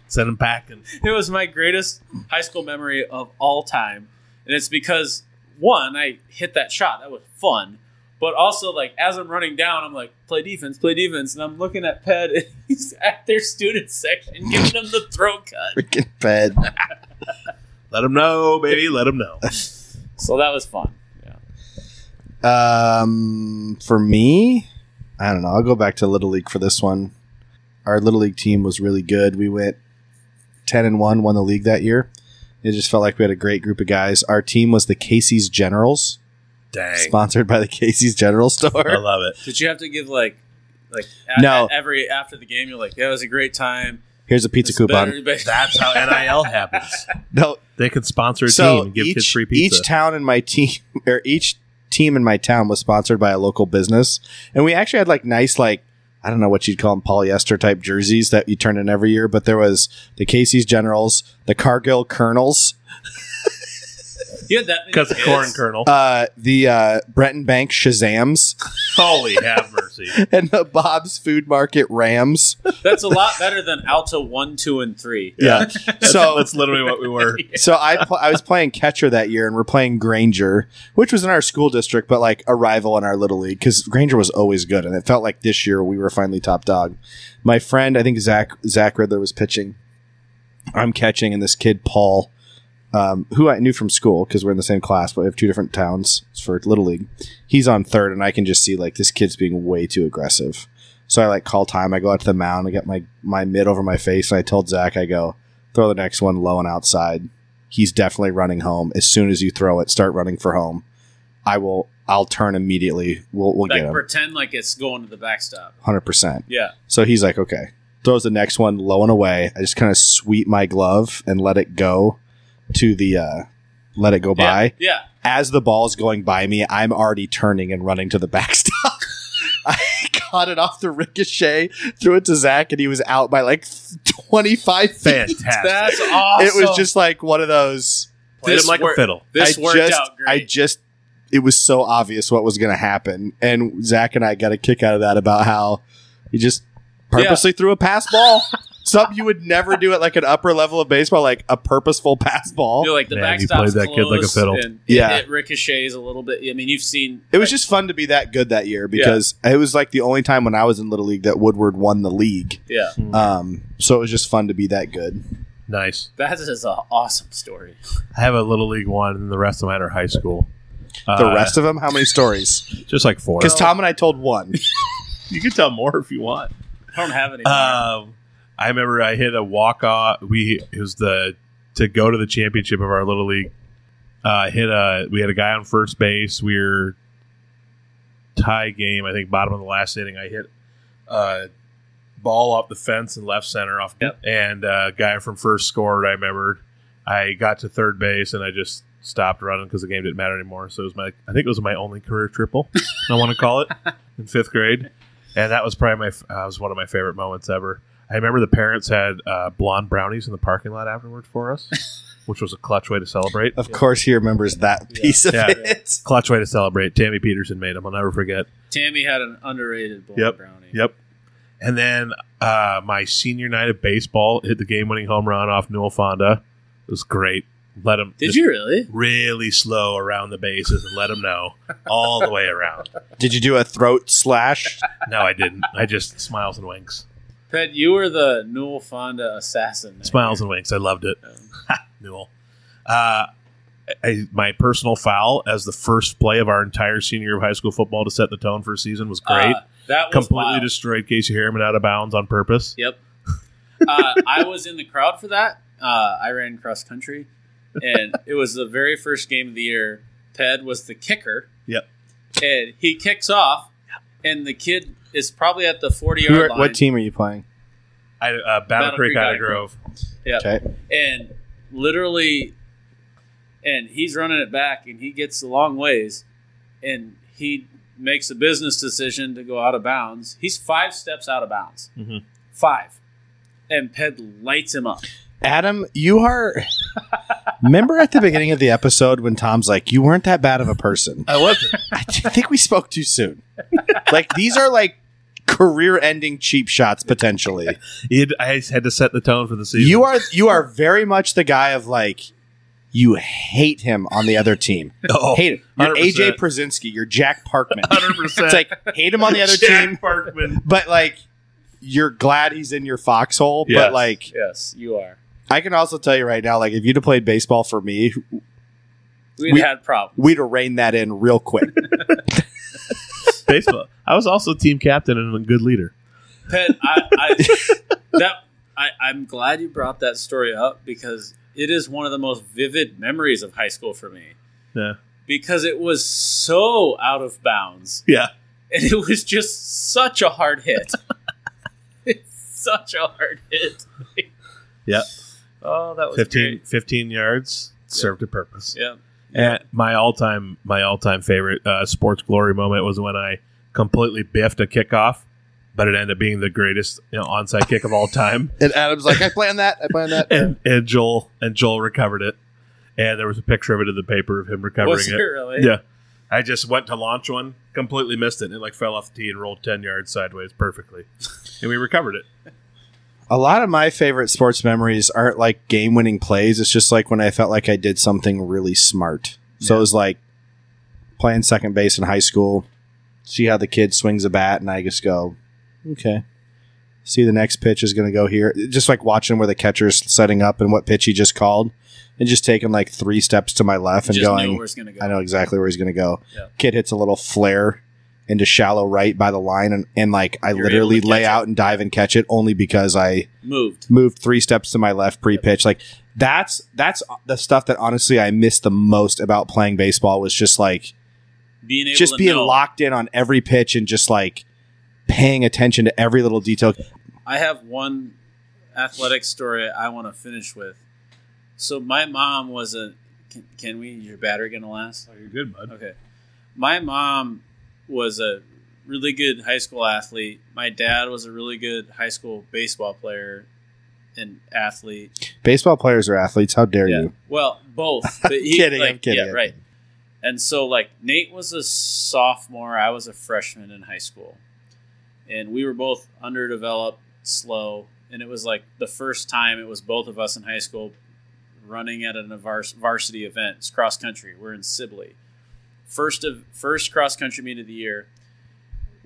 Speaker 2: Send them packing.
Speaker 1: It was my greatest high school memory of all time, and it's because one, I hit that shot. That was fun. But also, like as I'm running down, I'm like, "Play defense, play defense," and I'm looking at Ped, and he's at their student section giving them the throat cut.
Speaker 3: Freaking Ped.
Speaker 2: Let them know, baby. Let them know.
Speaker 1: So that was fun. Yeah.
Speaker 3: Um, for me, I don't know. I'll go back to Little League for this one. our little league team was really good. We went ten and one, won the league that year. It just felt like we had a great group of guys. Our team was the Casey's Generals,
Speaker 2: Dang.
Speaker 3: sponsored by the Casey's General
Speaker 2: I
Speaker 3: Store.
Speaker 2: love it.
Speaker 1: Did you have to give like like a-
Speaker 3: No.
Speaker 1: every after the game you're like, Yeah, it was a great time.
Speaker 3: Here's a pizza
Speaker 1: It's
Speaker 3: coupon.
Speaker 1: better- but-
Speaker 2: That's how NIL happens.
Speaker 3: No,
Speaker 2: They can sponsor a team
Speaker 3: so
Speaker 2: and give
Speaker 3: each,
Speaker 2: kids free pizza.
Speaker 3: each town in my team or each team in my town was sponsored by a local business, and we actually had like nice like. I don't know what you'd call them polyester type jerseys that you turn in every year, but there was the Casey's Generals, the Cargill Colonels,
Speaker 1: you had that many
Speaker 2: Because of
Speaker 1: kids?
Speaker 2: corn kernel.
Speaker 3: uh, the uh, Breton Bank Shazams,
Speaker 2: Holy have mercy.
Speaker 3: and the Bob's Food Market Rams.
Speaker 1: That's a lot better than Alto one, two, and three.
Speaker 3: Yeah.
Speaker 2: That's,
Speaker 3: So-
Speaker 2: that's literally what we were.
Speaker 3: so I pl- I was playing catcher that year, and we're playing Granger, which was in our school district, but like a rival in our little league because Granger was always good, and it felt like this year we were finally top dog. My friend, I think Zach Zach Riddler was pitching. I'm catching, and this kid Paul, um, who I knew from school because we're in the same class, but we have two different towns for little league. He's on third, and I can just see like this kid's being way too aggressive. So I like call time. I go out to the mound. I get my my mid over my face, and I told Zach, I go throw the next one low and outside he's definitely running home. As soon as you throw it, start running for home. I will. I'll turn immediately. We'll we'll
Speaker 1: Like
Speaker 3: get him.
Speaker 1: pretend like it's going to the backstop.
Speaker 3: Hundred percent.
Speaker 1: Yeah.
Speaker 3: So he's like, okay. Throws the next one low and away. I just kind of sweep my glove and let it go to the. uh let it go by.
Speaker 1: Yeah.
Speaker 3: As the ball's going by me, I'm already turning and running to the backstop. I caught it off the ricochet, threw it to Zach, and he was out by like 25 feet.
Speaker 1: yeah.
Speaker 2: Fantastic.
Speaker 1: That's awesome.
Speaker 3: It was just like one of those.
Speaker 2: Played
Speaker 1: this
Speaker 2: him like
Speaker 1: work-
Speaker 2: a fiddle.
Speaker 1: This
Speaker 3: I
Speaker 1: worked
Speaker 3: just,
Speaker 1: out great.
Speaker 3: I just, it was so obvious what was going to happen, and Zach and I got a kick out of that about how he just purposely threw a pass ball, something you would never do at like an upper level of baseball, like a purposeful pass ball.
Speaker 1: You're like the
Speaker 2: Man, you
Speaker 1: backstop's
Speaker 2: played that kid like a
Speaker 1: close,
Speaker 2: fiddle.
Speaker 1: and
Speaker 3: Yeah.
Speaker 1: it ricochets a little bit. I mean, you've seen
Speaker 3: It was just fun to be that good that year because it was like the only time when I was in little league that Woodward won the league.
Speaker 1: yeah.
Speaker 3: Um, so it was just fun to be that good.
Speaker 2: Nice.
Speaker 1: That is an awesome story.
Speaker 2: I have a little league one, and the rest of mine are high school.
Speaker 3: The
Speaker 2: Uh,
Speaker 3: rest of them, how many stories?
Speaker 2: just like four.
Speaker 3: Because Tom and I told one.
Speaker 2: you can tell more if you want.
Speaker 1: I don't have any.
Speaker 2: Um, I remember I hit a walk off. We it was the to go to the championship of our little league. Uh, hit a we had a guy on first base. We were tie game. I think bottom of the last inning. I hit a ball off the fence in left center off,
Speaker 1: Yep.
Speaker 2: and uh, guy from first scored. I remembered. I got to third base and I just stopped running because the game didn't matter anymore. So it was my I think it was my only career triple. I want to call it in fifth grade and that was probably my uh, was one of my favorite moments ever. I remember the parents had uh, blonde brownies in the parking lot afterward for us, which was a clutch way to celebrate.
Speaker 3: Of course, he remembers that piece of
Speaker 2: Yeah.
Speaker 3: it.
Speaker 2: Clutch way to celebrate. Tammy Peterson made them. I'll never forget.
Speaker 1: Tammy had an underrated blonde
Speaker 2: Yep.
Speaker 1: brownie.
Speaker 2: Yep. And then uh, my senior night of baseball hit the game-winning home run off Newell Fonda. It was great. Let him
Speaker 1: Did
Speaker 2: just
Speaker 1: you really?
Speaker 2: really slow around the bases and let him know all the way around.
Speaker 3: Did you do a throat slash?
Speaker 2: No, I didn't. I just smiles and winks.
Speaker 1: Pet, you were the Newell Fonda assassin. Um, that
Speaker 2: Smiles
Speaker 1: year.
Speaker 2: and winks. I loved it. Newell. Uh, I, my personal foul as the first play of our entire senior year of high school football to set the tone for a season was great.
Speaker 1: Uh, that was
Speaker 2: Completely
Speaker 1: wild.
Speaker 2: destroyed Casey Harriman out of bounds on purpose.
Speaker 1: Yep. Uh, I was in the crowd for that. Uh, I ran cross country, and it was the very first game of the year. Ped was the kicker.
Speaker 2: Yep.
Speaker 1: And he kicks off, and the kid is probably at the forty
Speaker 3: Who are-
Speaker 1: yard line.
Speaker 3: what team are you playing?
Speaker 2: I, uh, Battle, Creek, Ida Grove.
Speaker 3: Okay.
Speaker 1: and literally and he's running it back and he gets a long ways and he makes a business decision to go out of bounds he's five steps out of bounds
Speaker 2: Mhm.
Speaker 1: five and ped lights him up
Speaker 3: Adam, you are. Remember at the beginning of the episode when Tom's like, you weren't that bad of a person?
Speaker 2: I wasn't.
Speaker 3: I t- think we spoke too soon. Like, these are like career ending cheap shots potentially.
Speaker 2: It, I had to set the tone for the season.
Speaker 3: You are you are very much the guy of like you hate him on the other team.
Speaker 2: Oh,
Speaker 3: Hate him. You're
Speaker 2: 100%.
Speaker 3: AJ Przinsky, you're Jack Parkman.
Speaker 2: 100%.
Speaker 3: It's like hate him on the other
Speaker 2: Jack
Speaker 3: team,
Speaker 2: Parkman.
Speaker 3: but like you're glad he's in your foxhole,
Speaker 2: Yes.
Speaker 3: but like
Speaker 1: yes you are
Speaker 3: I can also tell you right now, like if you'd have played baseball for me,
Speaker 1: we,
Speaker 3: We-
Speaker 1: had problems
Speaker 3: we'd have reined that in real quick.
Speaker 2: Baseball. I was also team captain and a good leader.
Speaker 1: Pet, I, I that I, I'm glad you brought that story up because it is one of the most vivid memories of high school for me.
Speaker 2: Yeah.
Speaker 1: Because it was so out of bounds.
Speaker 2: Yeah.
Speaker 1: And it was just such a hard hit. it's such a hard hit.
Speaker 2: Yep.
Speaker 1: Oh, that was
Speaker 2: 15,
Speaker 1: great.
Speaker 2: 15 yards served a purpose.
Speaker 1: Yeah.
Speaker 2: And Eh, my all time my all time favorite uh, sports glory moment was when I completely biffed a kickoff, but it ended up being the greatest you know, onside kick of all time.
Speaker 3: And Adam's like, I planned that. I planned that.
Speaker 2: and and Joel and Joel recovered it, and there was a picture of it in the paper of him recovering
Speaker 1: Was it
Speaker 2: it.
Speaker 1: really?
Speaker 2: Yeah, I just went to launch one, completely missed it, and it like fell off the tee and rolled ten yards sideways perfectly, and we recovered it.
Speaker 3: A lot of my favorite sports memories aren't like game winning plays. It's just like when I felt like I did something really smart. So it was like playing second base in high school, see how the kid swings a bat, and I just go, okay. See the next pitch is going to go here. Just like watching where the catcher's setting up and what pitch he just called, and just taking like three steps to my left and
Speaker 1: Just
Speaker 3: going,
Speaker 1: knew where it's gonna go.
Speaker 3: I know exactly where he's going to go.
Speaker 1: Yeah.
Speaker 3: Kid hits a little flare into shallow right by the line, and, and like I
Speaker 1: You're
Speaker 3: literally
Speaker 1: able to
Speaker 3: lay
Speaker 1: catch
Speaker 3: out and dive and catch it only because I
Speaker 1: Moved.
Speaker 3: moved three steps to my left pre-pitch. Like that's that's the stuff that honestly I missed the most about playing baseball was just like
Speaker 1: Being able
Speaker 3: just
Speaker 1: to
Speaker 3: being
Speaker 1: know.
Speaker 3: locked in on every pitch and just like paying attention to every little detail.
Speaker 1: I have one athletic story I want to finish with. So my mom was a. Can, can we? Is your battery gonna last?
Speaker 2: Oh, you're good, bud.
Speaker 1: Okay. My mom was a really good high school athlete. My dad was a really good high school baseball player and athlete.
Speaker 3: Baseball players are athletes. How dare you?
Speaker 1: Well, both. But he,
Speaker 3: Kidding, I'm
Speaker 1: like,
Speaker 3: kidding.
Speaker 1: Yeah, right. And so, like, Nate was a sophomore. I was a freshman in high school. And we were both underdeveloped, slow. And it was like the first time it was both of us in high school running at a vars- varsity event. It's cross country. We're in Sibley. First of first cross country meet of the year.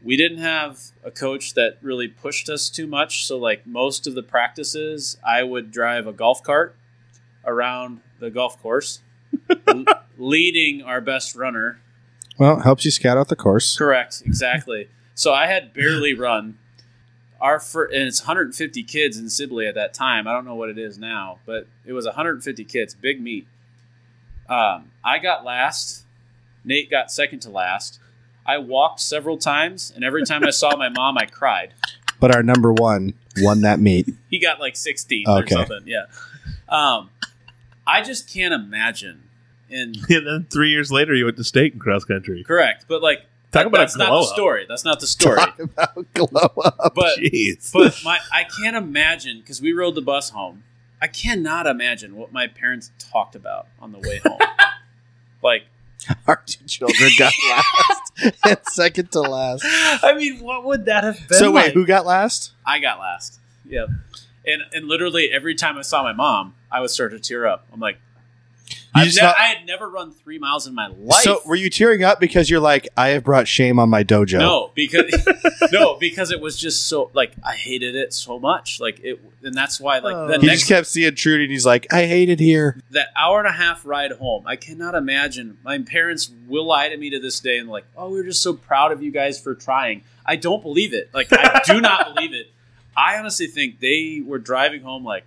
Speaker 1: We didn't have a coach that really pushed us too much, so like most of the practices, I would drive a golf cart around the golf course, l- leading our best runner.
Speaker 3: Well, it helps you scout out the course.
Speaker 1: Correct, exactly. So I had barely run. Our fir- and it's 150 kids in Sibley at that time. I don't know what it is now, but it was 150 kids, big meet. Um, I got last. Nate got second to last. I walked several times, and every time I saw my mom, I cried.
Speaker 3: But our number one won that meet.
Speaker 1: He got like 16
Speaker 3: Okay.
Speaker 1: or something. Yeah. Um, I just can't imagine. And
Speaker 2: And then three years later, you went to state in cross country.
Speaker 1: Correct, but like
Speaker 2: Talk
Speaker 1: that-
Speaker 2: about a
Speaker 1: that's not
Speaker 2: glow
Speaker 1: the
Speaker 2: up.
Speaker 1: story. That's not the story.
Speaker 3: Glow up.
Speaker 1: But
Speaker 2: Jeez,
Speaker 1: but my I can't imagine because we rode the bus home. I cannot imagine what my parents talked about on the way home. like,
Speaker 3: Our two children got last and second to last.
Speaker 1: I mean, what would that have been?
Speaker 3: So wait,
Speaker 1: like?
Speaker 3: who got last?
Speaker 1: I got last. Yep. And and literally every time I saw my mom, I would start to tear up. I'm like, I've
Speaker 3: just
Speaker 1: ne-
Speaker 3: not-
Speaker 1: I had never run three miles in my life.
Speaker 3: So were you tearing up because you're like, I have brought shame on my dojo?
Speaker 1: No, because no, because it was just so like I hated it so much. Like it, and that's why like the
Speaker 3: He
Speaker 1: next
Speaker 3: just kept seeing Trudy and he's like, I hate it here.
Speaker 1: that hour and a half ride home, I cannot imagine. My parents will lie to me to this day and like, oh, we're just so proud of you guys for trying. I don't believe it. Like, I do not believe it. I honestly think they were driving home like,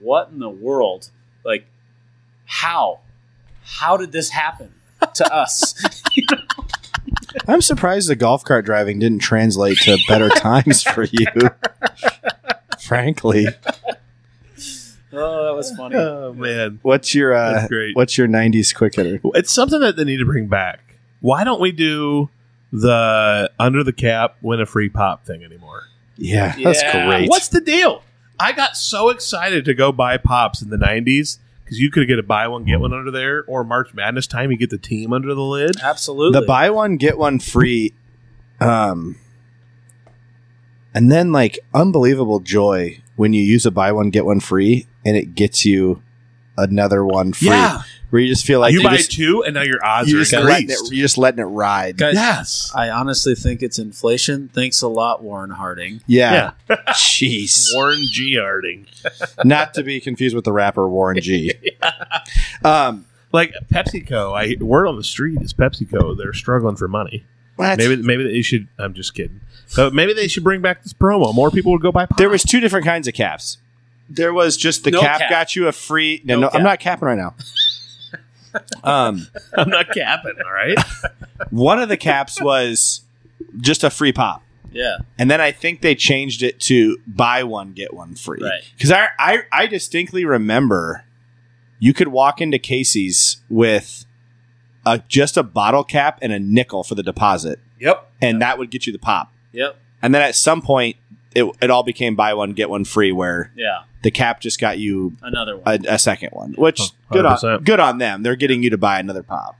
Speaker 1: what in the world? Like, how? How did this happen to us?
Speaker 3: I'm surprised the golf cart driving didn't translate to better times for you. Frankly,
Speaker 1: oh, that was funny.
Speaker 2: oh man,
Speaker 3: what's your uh,
Speaker 2: that's great.
Speaker 3: what's your '90s quick hitter?
Speaker 2: It's something that they need to bring back. Why don't we do the under the cap win a free pop thing anymore?
Speaker 3: Yeah, that's
Speaker 1: Yeah.
Speaker 3: great.
Speaker 2: What's the deal? I got so excited to go buy pops in the '90s because you could get a buy one get one under there, or March Madness time you get the team under the lid.
Speaker 1: Absolutely.
Speaker 3: the buy one get one free? Um, and then like unbelievable joy when you use a buy one get one free and it gets you another one free. Where you just feel like
Speaker 2: you,
Speaker 3: you
Speaker 2: buy
Speaker 3: just,
Speaker 2: two, and now your odds
Speaker 3: you're,
Speaker 2: are
Speaker 3: just letting it,
Speaker 2: increased.
Speaker 3: you're just letting it ride.
Speaker 1: Guys,
Speaker 2: yes,
Speaker 1: I honestly think it's inflation. Thanks a lot, Warren Harding.
Speaker 3: Yeah. Jeez.
Speaker 2: Warren G. Harding.
Speaker 3: Not to be confused with the rapper Warren G. Um,
Speaker 2: Like PepsiCo, I word on the street is PepsiCo. They're struggling for money.
Speaker 3: What?
Speaker 2: Maybe maybe they should. I'm just kidding. But maybe they should bring back this promo. More people would go buy. Pop.
Speaker 3: there was two different kinds of caps. There was just the
Speaker 1: No
Speaker 3: cap,
Speaker 1: cap.
Speaker 3: got you a free. No,
Speaker 1: No
Speaker 3: no,
Speaker 1: cap.
Speaker 3: I'm not capping right now. um,
Speaker 2: I'm not capping. All right.
Speaker 3: one of the caps was just a free pop.
Speaker 1: Yeah.
Speaker 3: And then I think they changed it to buy one get one free.
Speaker 1: Right.
Speaker 3: Because I, I I distinctly remember you could walk into Casey's with a, just a bottle cap and a nickel for the deposit,
Speaker 2: Yep.
Speaker 3: and that would get you the pop.
Speaker 1: Yep.
Speaker 3: And then at some point, it, it all became buy one get one free, where
Speaker 1: Yeah.
Speaker 3: the cap just got you
Speaker 1: Another one.
Speaker 3: a, a second one, which
Speaker 2: Oh,
Speaker 3: good on
Speaker 2: 100%.
Speaker 3: good on them. They're getting you to buy another pop.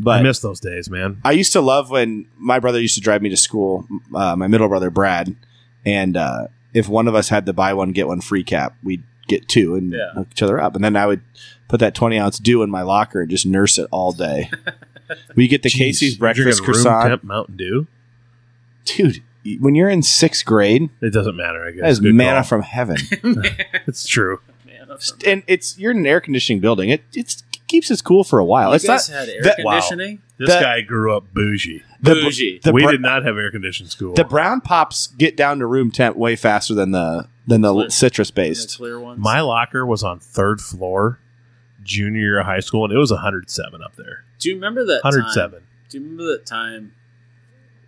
Speaker 3: But
Speaker 2: I miss those days, man.
Speaker 3: I used to love when my brother used to drive me to school, uh, my middle brother Brad, and uh, if one of us had to buy one get one free cap, we'd get two and
Speaker 1: Yeah.
Speaker 3: hook each other up, and then I would put that twenty ounce dew in my locker and just nurse it all day. we get the
Speaker 2: Jeez,
Speaker 3: Casey's
Speaker 2: you're
Speaker 3: breakfast
Speaker 2: drinking room
Speaker 3: croissant,
Speaker 2: temp Mountain Dew.
Speaker 3: dude. When you're in sixth grade,
Speaker 2: It doesn't matter. I guess
Speaker 3: that is
Speaker 2: Good
Speaker 3: manna
Speaker 2: call.
Speaker 3: from heaven,
Speaker 2: It's true.
Speaker 1: Man, that's-
Speaker 3: and it's you're in an air conditioning building. It it's, keeps us cool for a while.
Speaker 1: you
Speaker 3: it's not
Speaker 1: guys had air
Speaker 3: that-
Speaker 2: wow.
Speaker 1: conditioning?
Speaker 2: This
Speaker 3: That-
Speaker 2: guy grew up bougie.
Speaker 3: the,
Speaker 1: Bougie.
Speaker 3: the
Speaker 2: we
Speaker 3: br-
Speaker 2: did not have air conditioned school.
Speaker 3: The brown pops get down to room temp way faster than the than the
Speaker 1: Clear.
Speaker 3: citrus
Speaker 1: The
Speaker 3: based.
Speaker 1: clear ones.
Speaker 2: My locker was on third floor, junior year of high school, and it was 107 up there.
Speaker 1: Do you remember that time?
Speaker 2: 107.
Speaker 1: Do you remember that time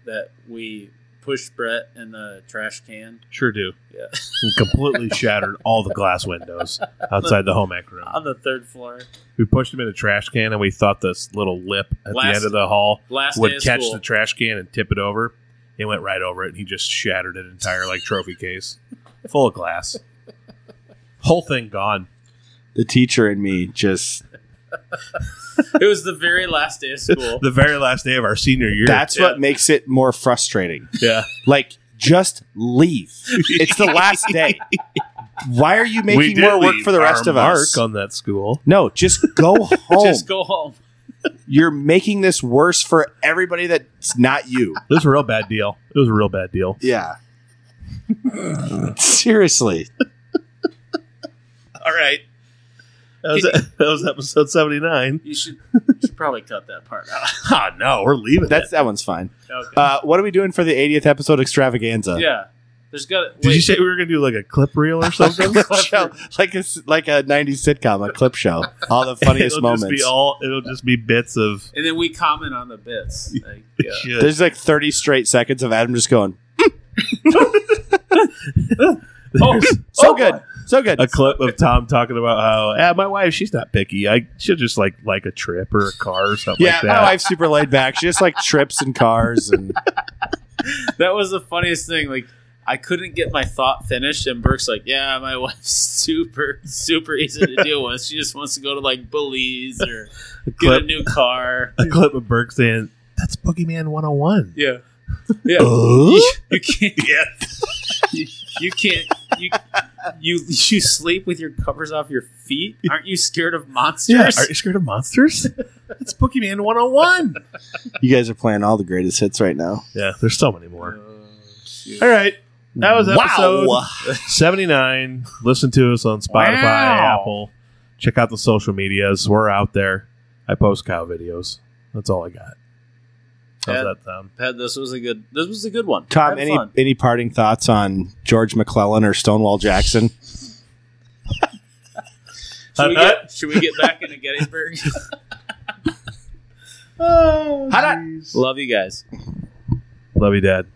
Speaker 1: that we pushed Brett in the trash can?
Speaker 2: Sure do.
Speaker 1: Yeah.
Speaker 2: And completely shattered all the glass windows outside the home ec room.
Speaker 1: On the third floor.
Speaker 2: We pushed him in a trash can, and we thought this little lip at
Speaker 1: Last-
Speaker 2: the end of the hall
Speaker 1: Last day
Speaker 2: would
Speaker 1: of
Speaker 2: catch
Speaker 1: school.
Speaker 2: the trash can and tip it over. It went right over it, and he just shattered an entire like trophy case full of glass. Whole thing gone.
Speaker 3: The teacher and me just
Speaker 1: it was the very last day of school.
Speaker 2: The very last day of our senior year.
Speaker 3: that's
Speaker 1: Yeah.
Speaker 3: what makes it more frustrating.
Speaker 2: yeah.
Speaker 3: Like just leave. it's the last day. Why are you making
Speaker 2: did
Speaker 3: more work
Speaker 2: leave
Speaker 3: for the rest
Speaker 2: our
Speaker 3: of us?
Speaker 2: mark on that school.
Speaker 3: no, just go home.
Speaker 1: Just go home.
Speaker 3: You're making this worse for everybody that's not you.
Speaker 2: It was a real bad deal. It was a real bad deal.
Speaker 3: Yeah. Seriously.
Speaker 2: All right. That was, that was episode 79.
Speaker 1: You should, you should probably cut that part out.
Speaker 2: Oh, no, we're leaving
Speaker 3: That's that one's fine.
Speaker 1: Okay.
Speaker 3: Uh, what are we doing for the 80th episode extravaganza?
Speaker 1: yeah. There's got
Speaker 2: Uh, Did you say we were going to do like a clip reel or something?
Speaker 3: clip show, like a s- like a '90s sitcom, a clip show. All the funniest
Speaker 2: it'll Just
Speaker 3: moments.
Speaker 2: be all, it'll just be bits of
Speaker 1: And then we comment on the bits. Like, yeah.
Speaker 2: shit.
Speaker 3: There's like 30 straight seconds of Adam just going,
Speaker 1: Oh,
Speaker 3: "So
Speaker 1: oh,
Speaker 3: good, so good."
Speaker 2: a clip of Tom talking about how ah, my wife, she's not picky. I She'll just like like a trip or a car or something
Speaker 3: yeah,
Speaker 2: like
Speaker 3: my
Speaker 2: that.
Speaker 3: wife's super laid back. She just like trips and cars, and
Speaker 1: That was the funniest thing. Like, I couldn't get my thought finished, and Burke's like, "Yeah, my wife's super, super easy to deal with. She just wants to go to like Belize or
Speaker 2: a,
Speaker 1: get
Speaker 2: clip,
Speaker 1: a new car."
Speaker 2: a clip of Burke saying, that's Boogeyman 101.
Speaker 1: Yeah, yeah.
Speaker 3: Uh?
Speaker 1: You can't.
Speaker 2: Yeah.
Speaker 1: You, you can't. You, you you sleep with your covers off your feet. Aren't you scared of
Speaker 2: Yeah,
Speaker 1: monsters?
Speaker 2: are you scared of monsters? That's Boogeyman 101.
Speaker 3: you guys are playing all the greatest hits right now.
Speaker 2: Yeah, there's so many more.
Speaker 1: Oh, shoot.
Speaker 2: All right. That was episode
Speaker 3: Wow.
Speaker 2: 79. Listen to us on Spotify,
Speaker 1: Wow.
Speaker 2: Apple. Check out the social medias. We're out there. I post cow videos. That's all I got. How's
Speaker 1: Yeah.
Speaker 2: that sound?
Speaker 1: Pat, this was a good. This was a good one.
Speaker 3: Tom,
Speaker 1: Had
Speaker 3: any
Speaker 1: fun.
Speaker 3: any parting thoughts on George McClellan or Stonewall Jackson?
Speaker 1: Should we,
Speaker 2: Hut,
Speaker 1: get, should we get back into Gettysburg?
Speaker 2: Oh,
Speaker 3: Hot, hot.
Speaker 1: Oh, Love you guys.
Speaker 2: Love you, Dad.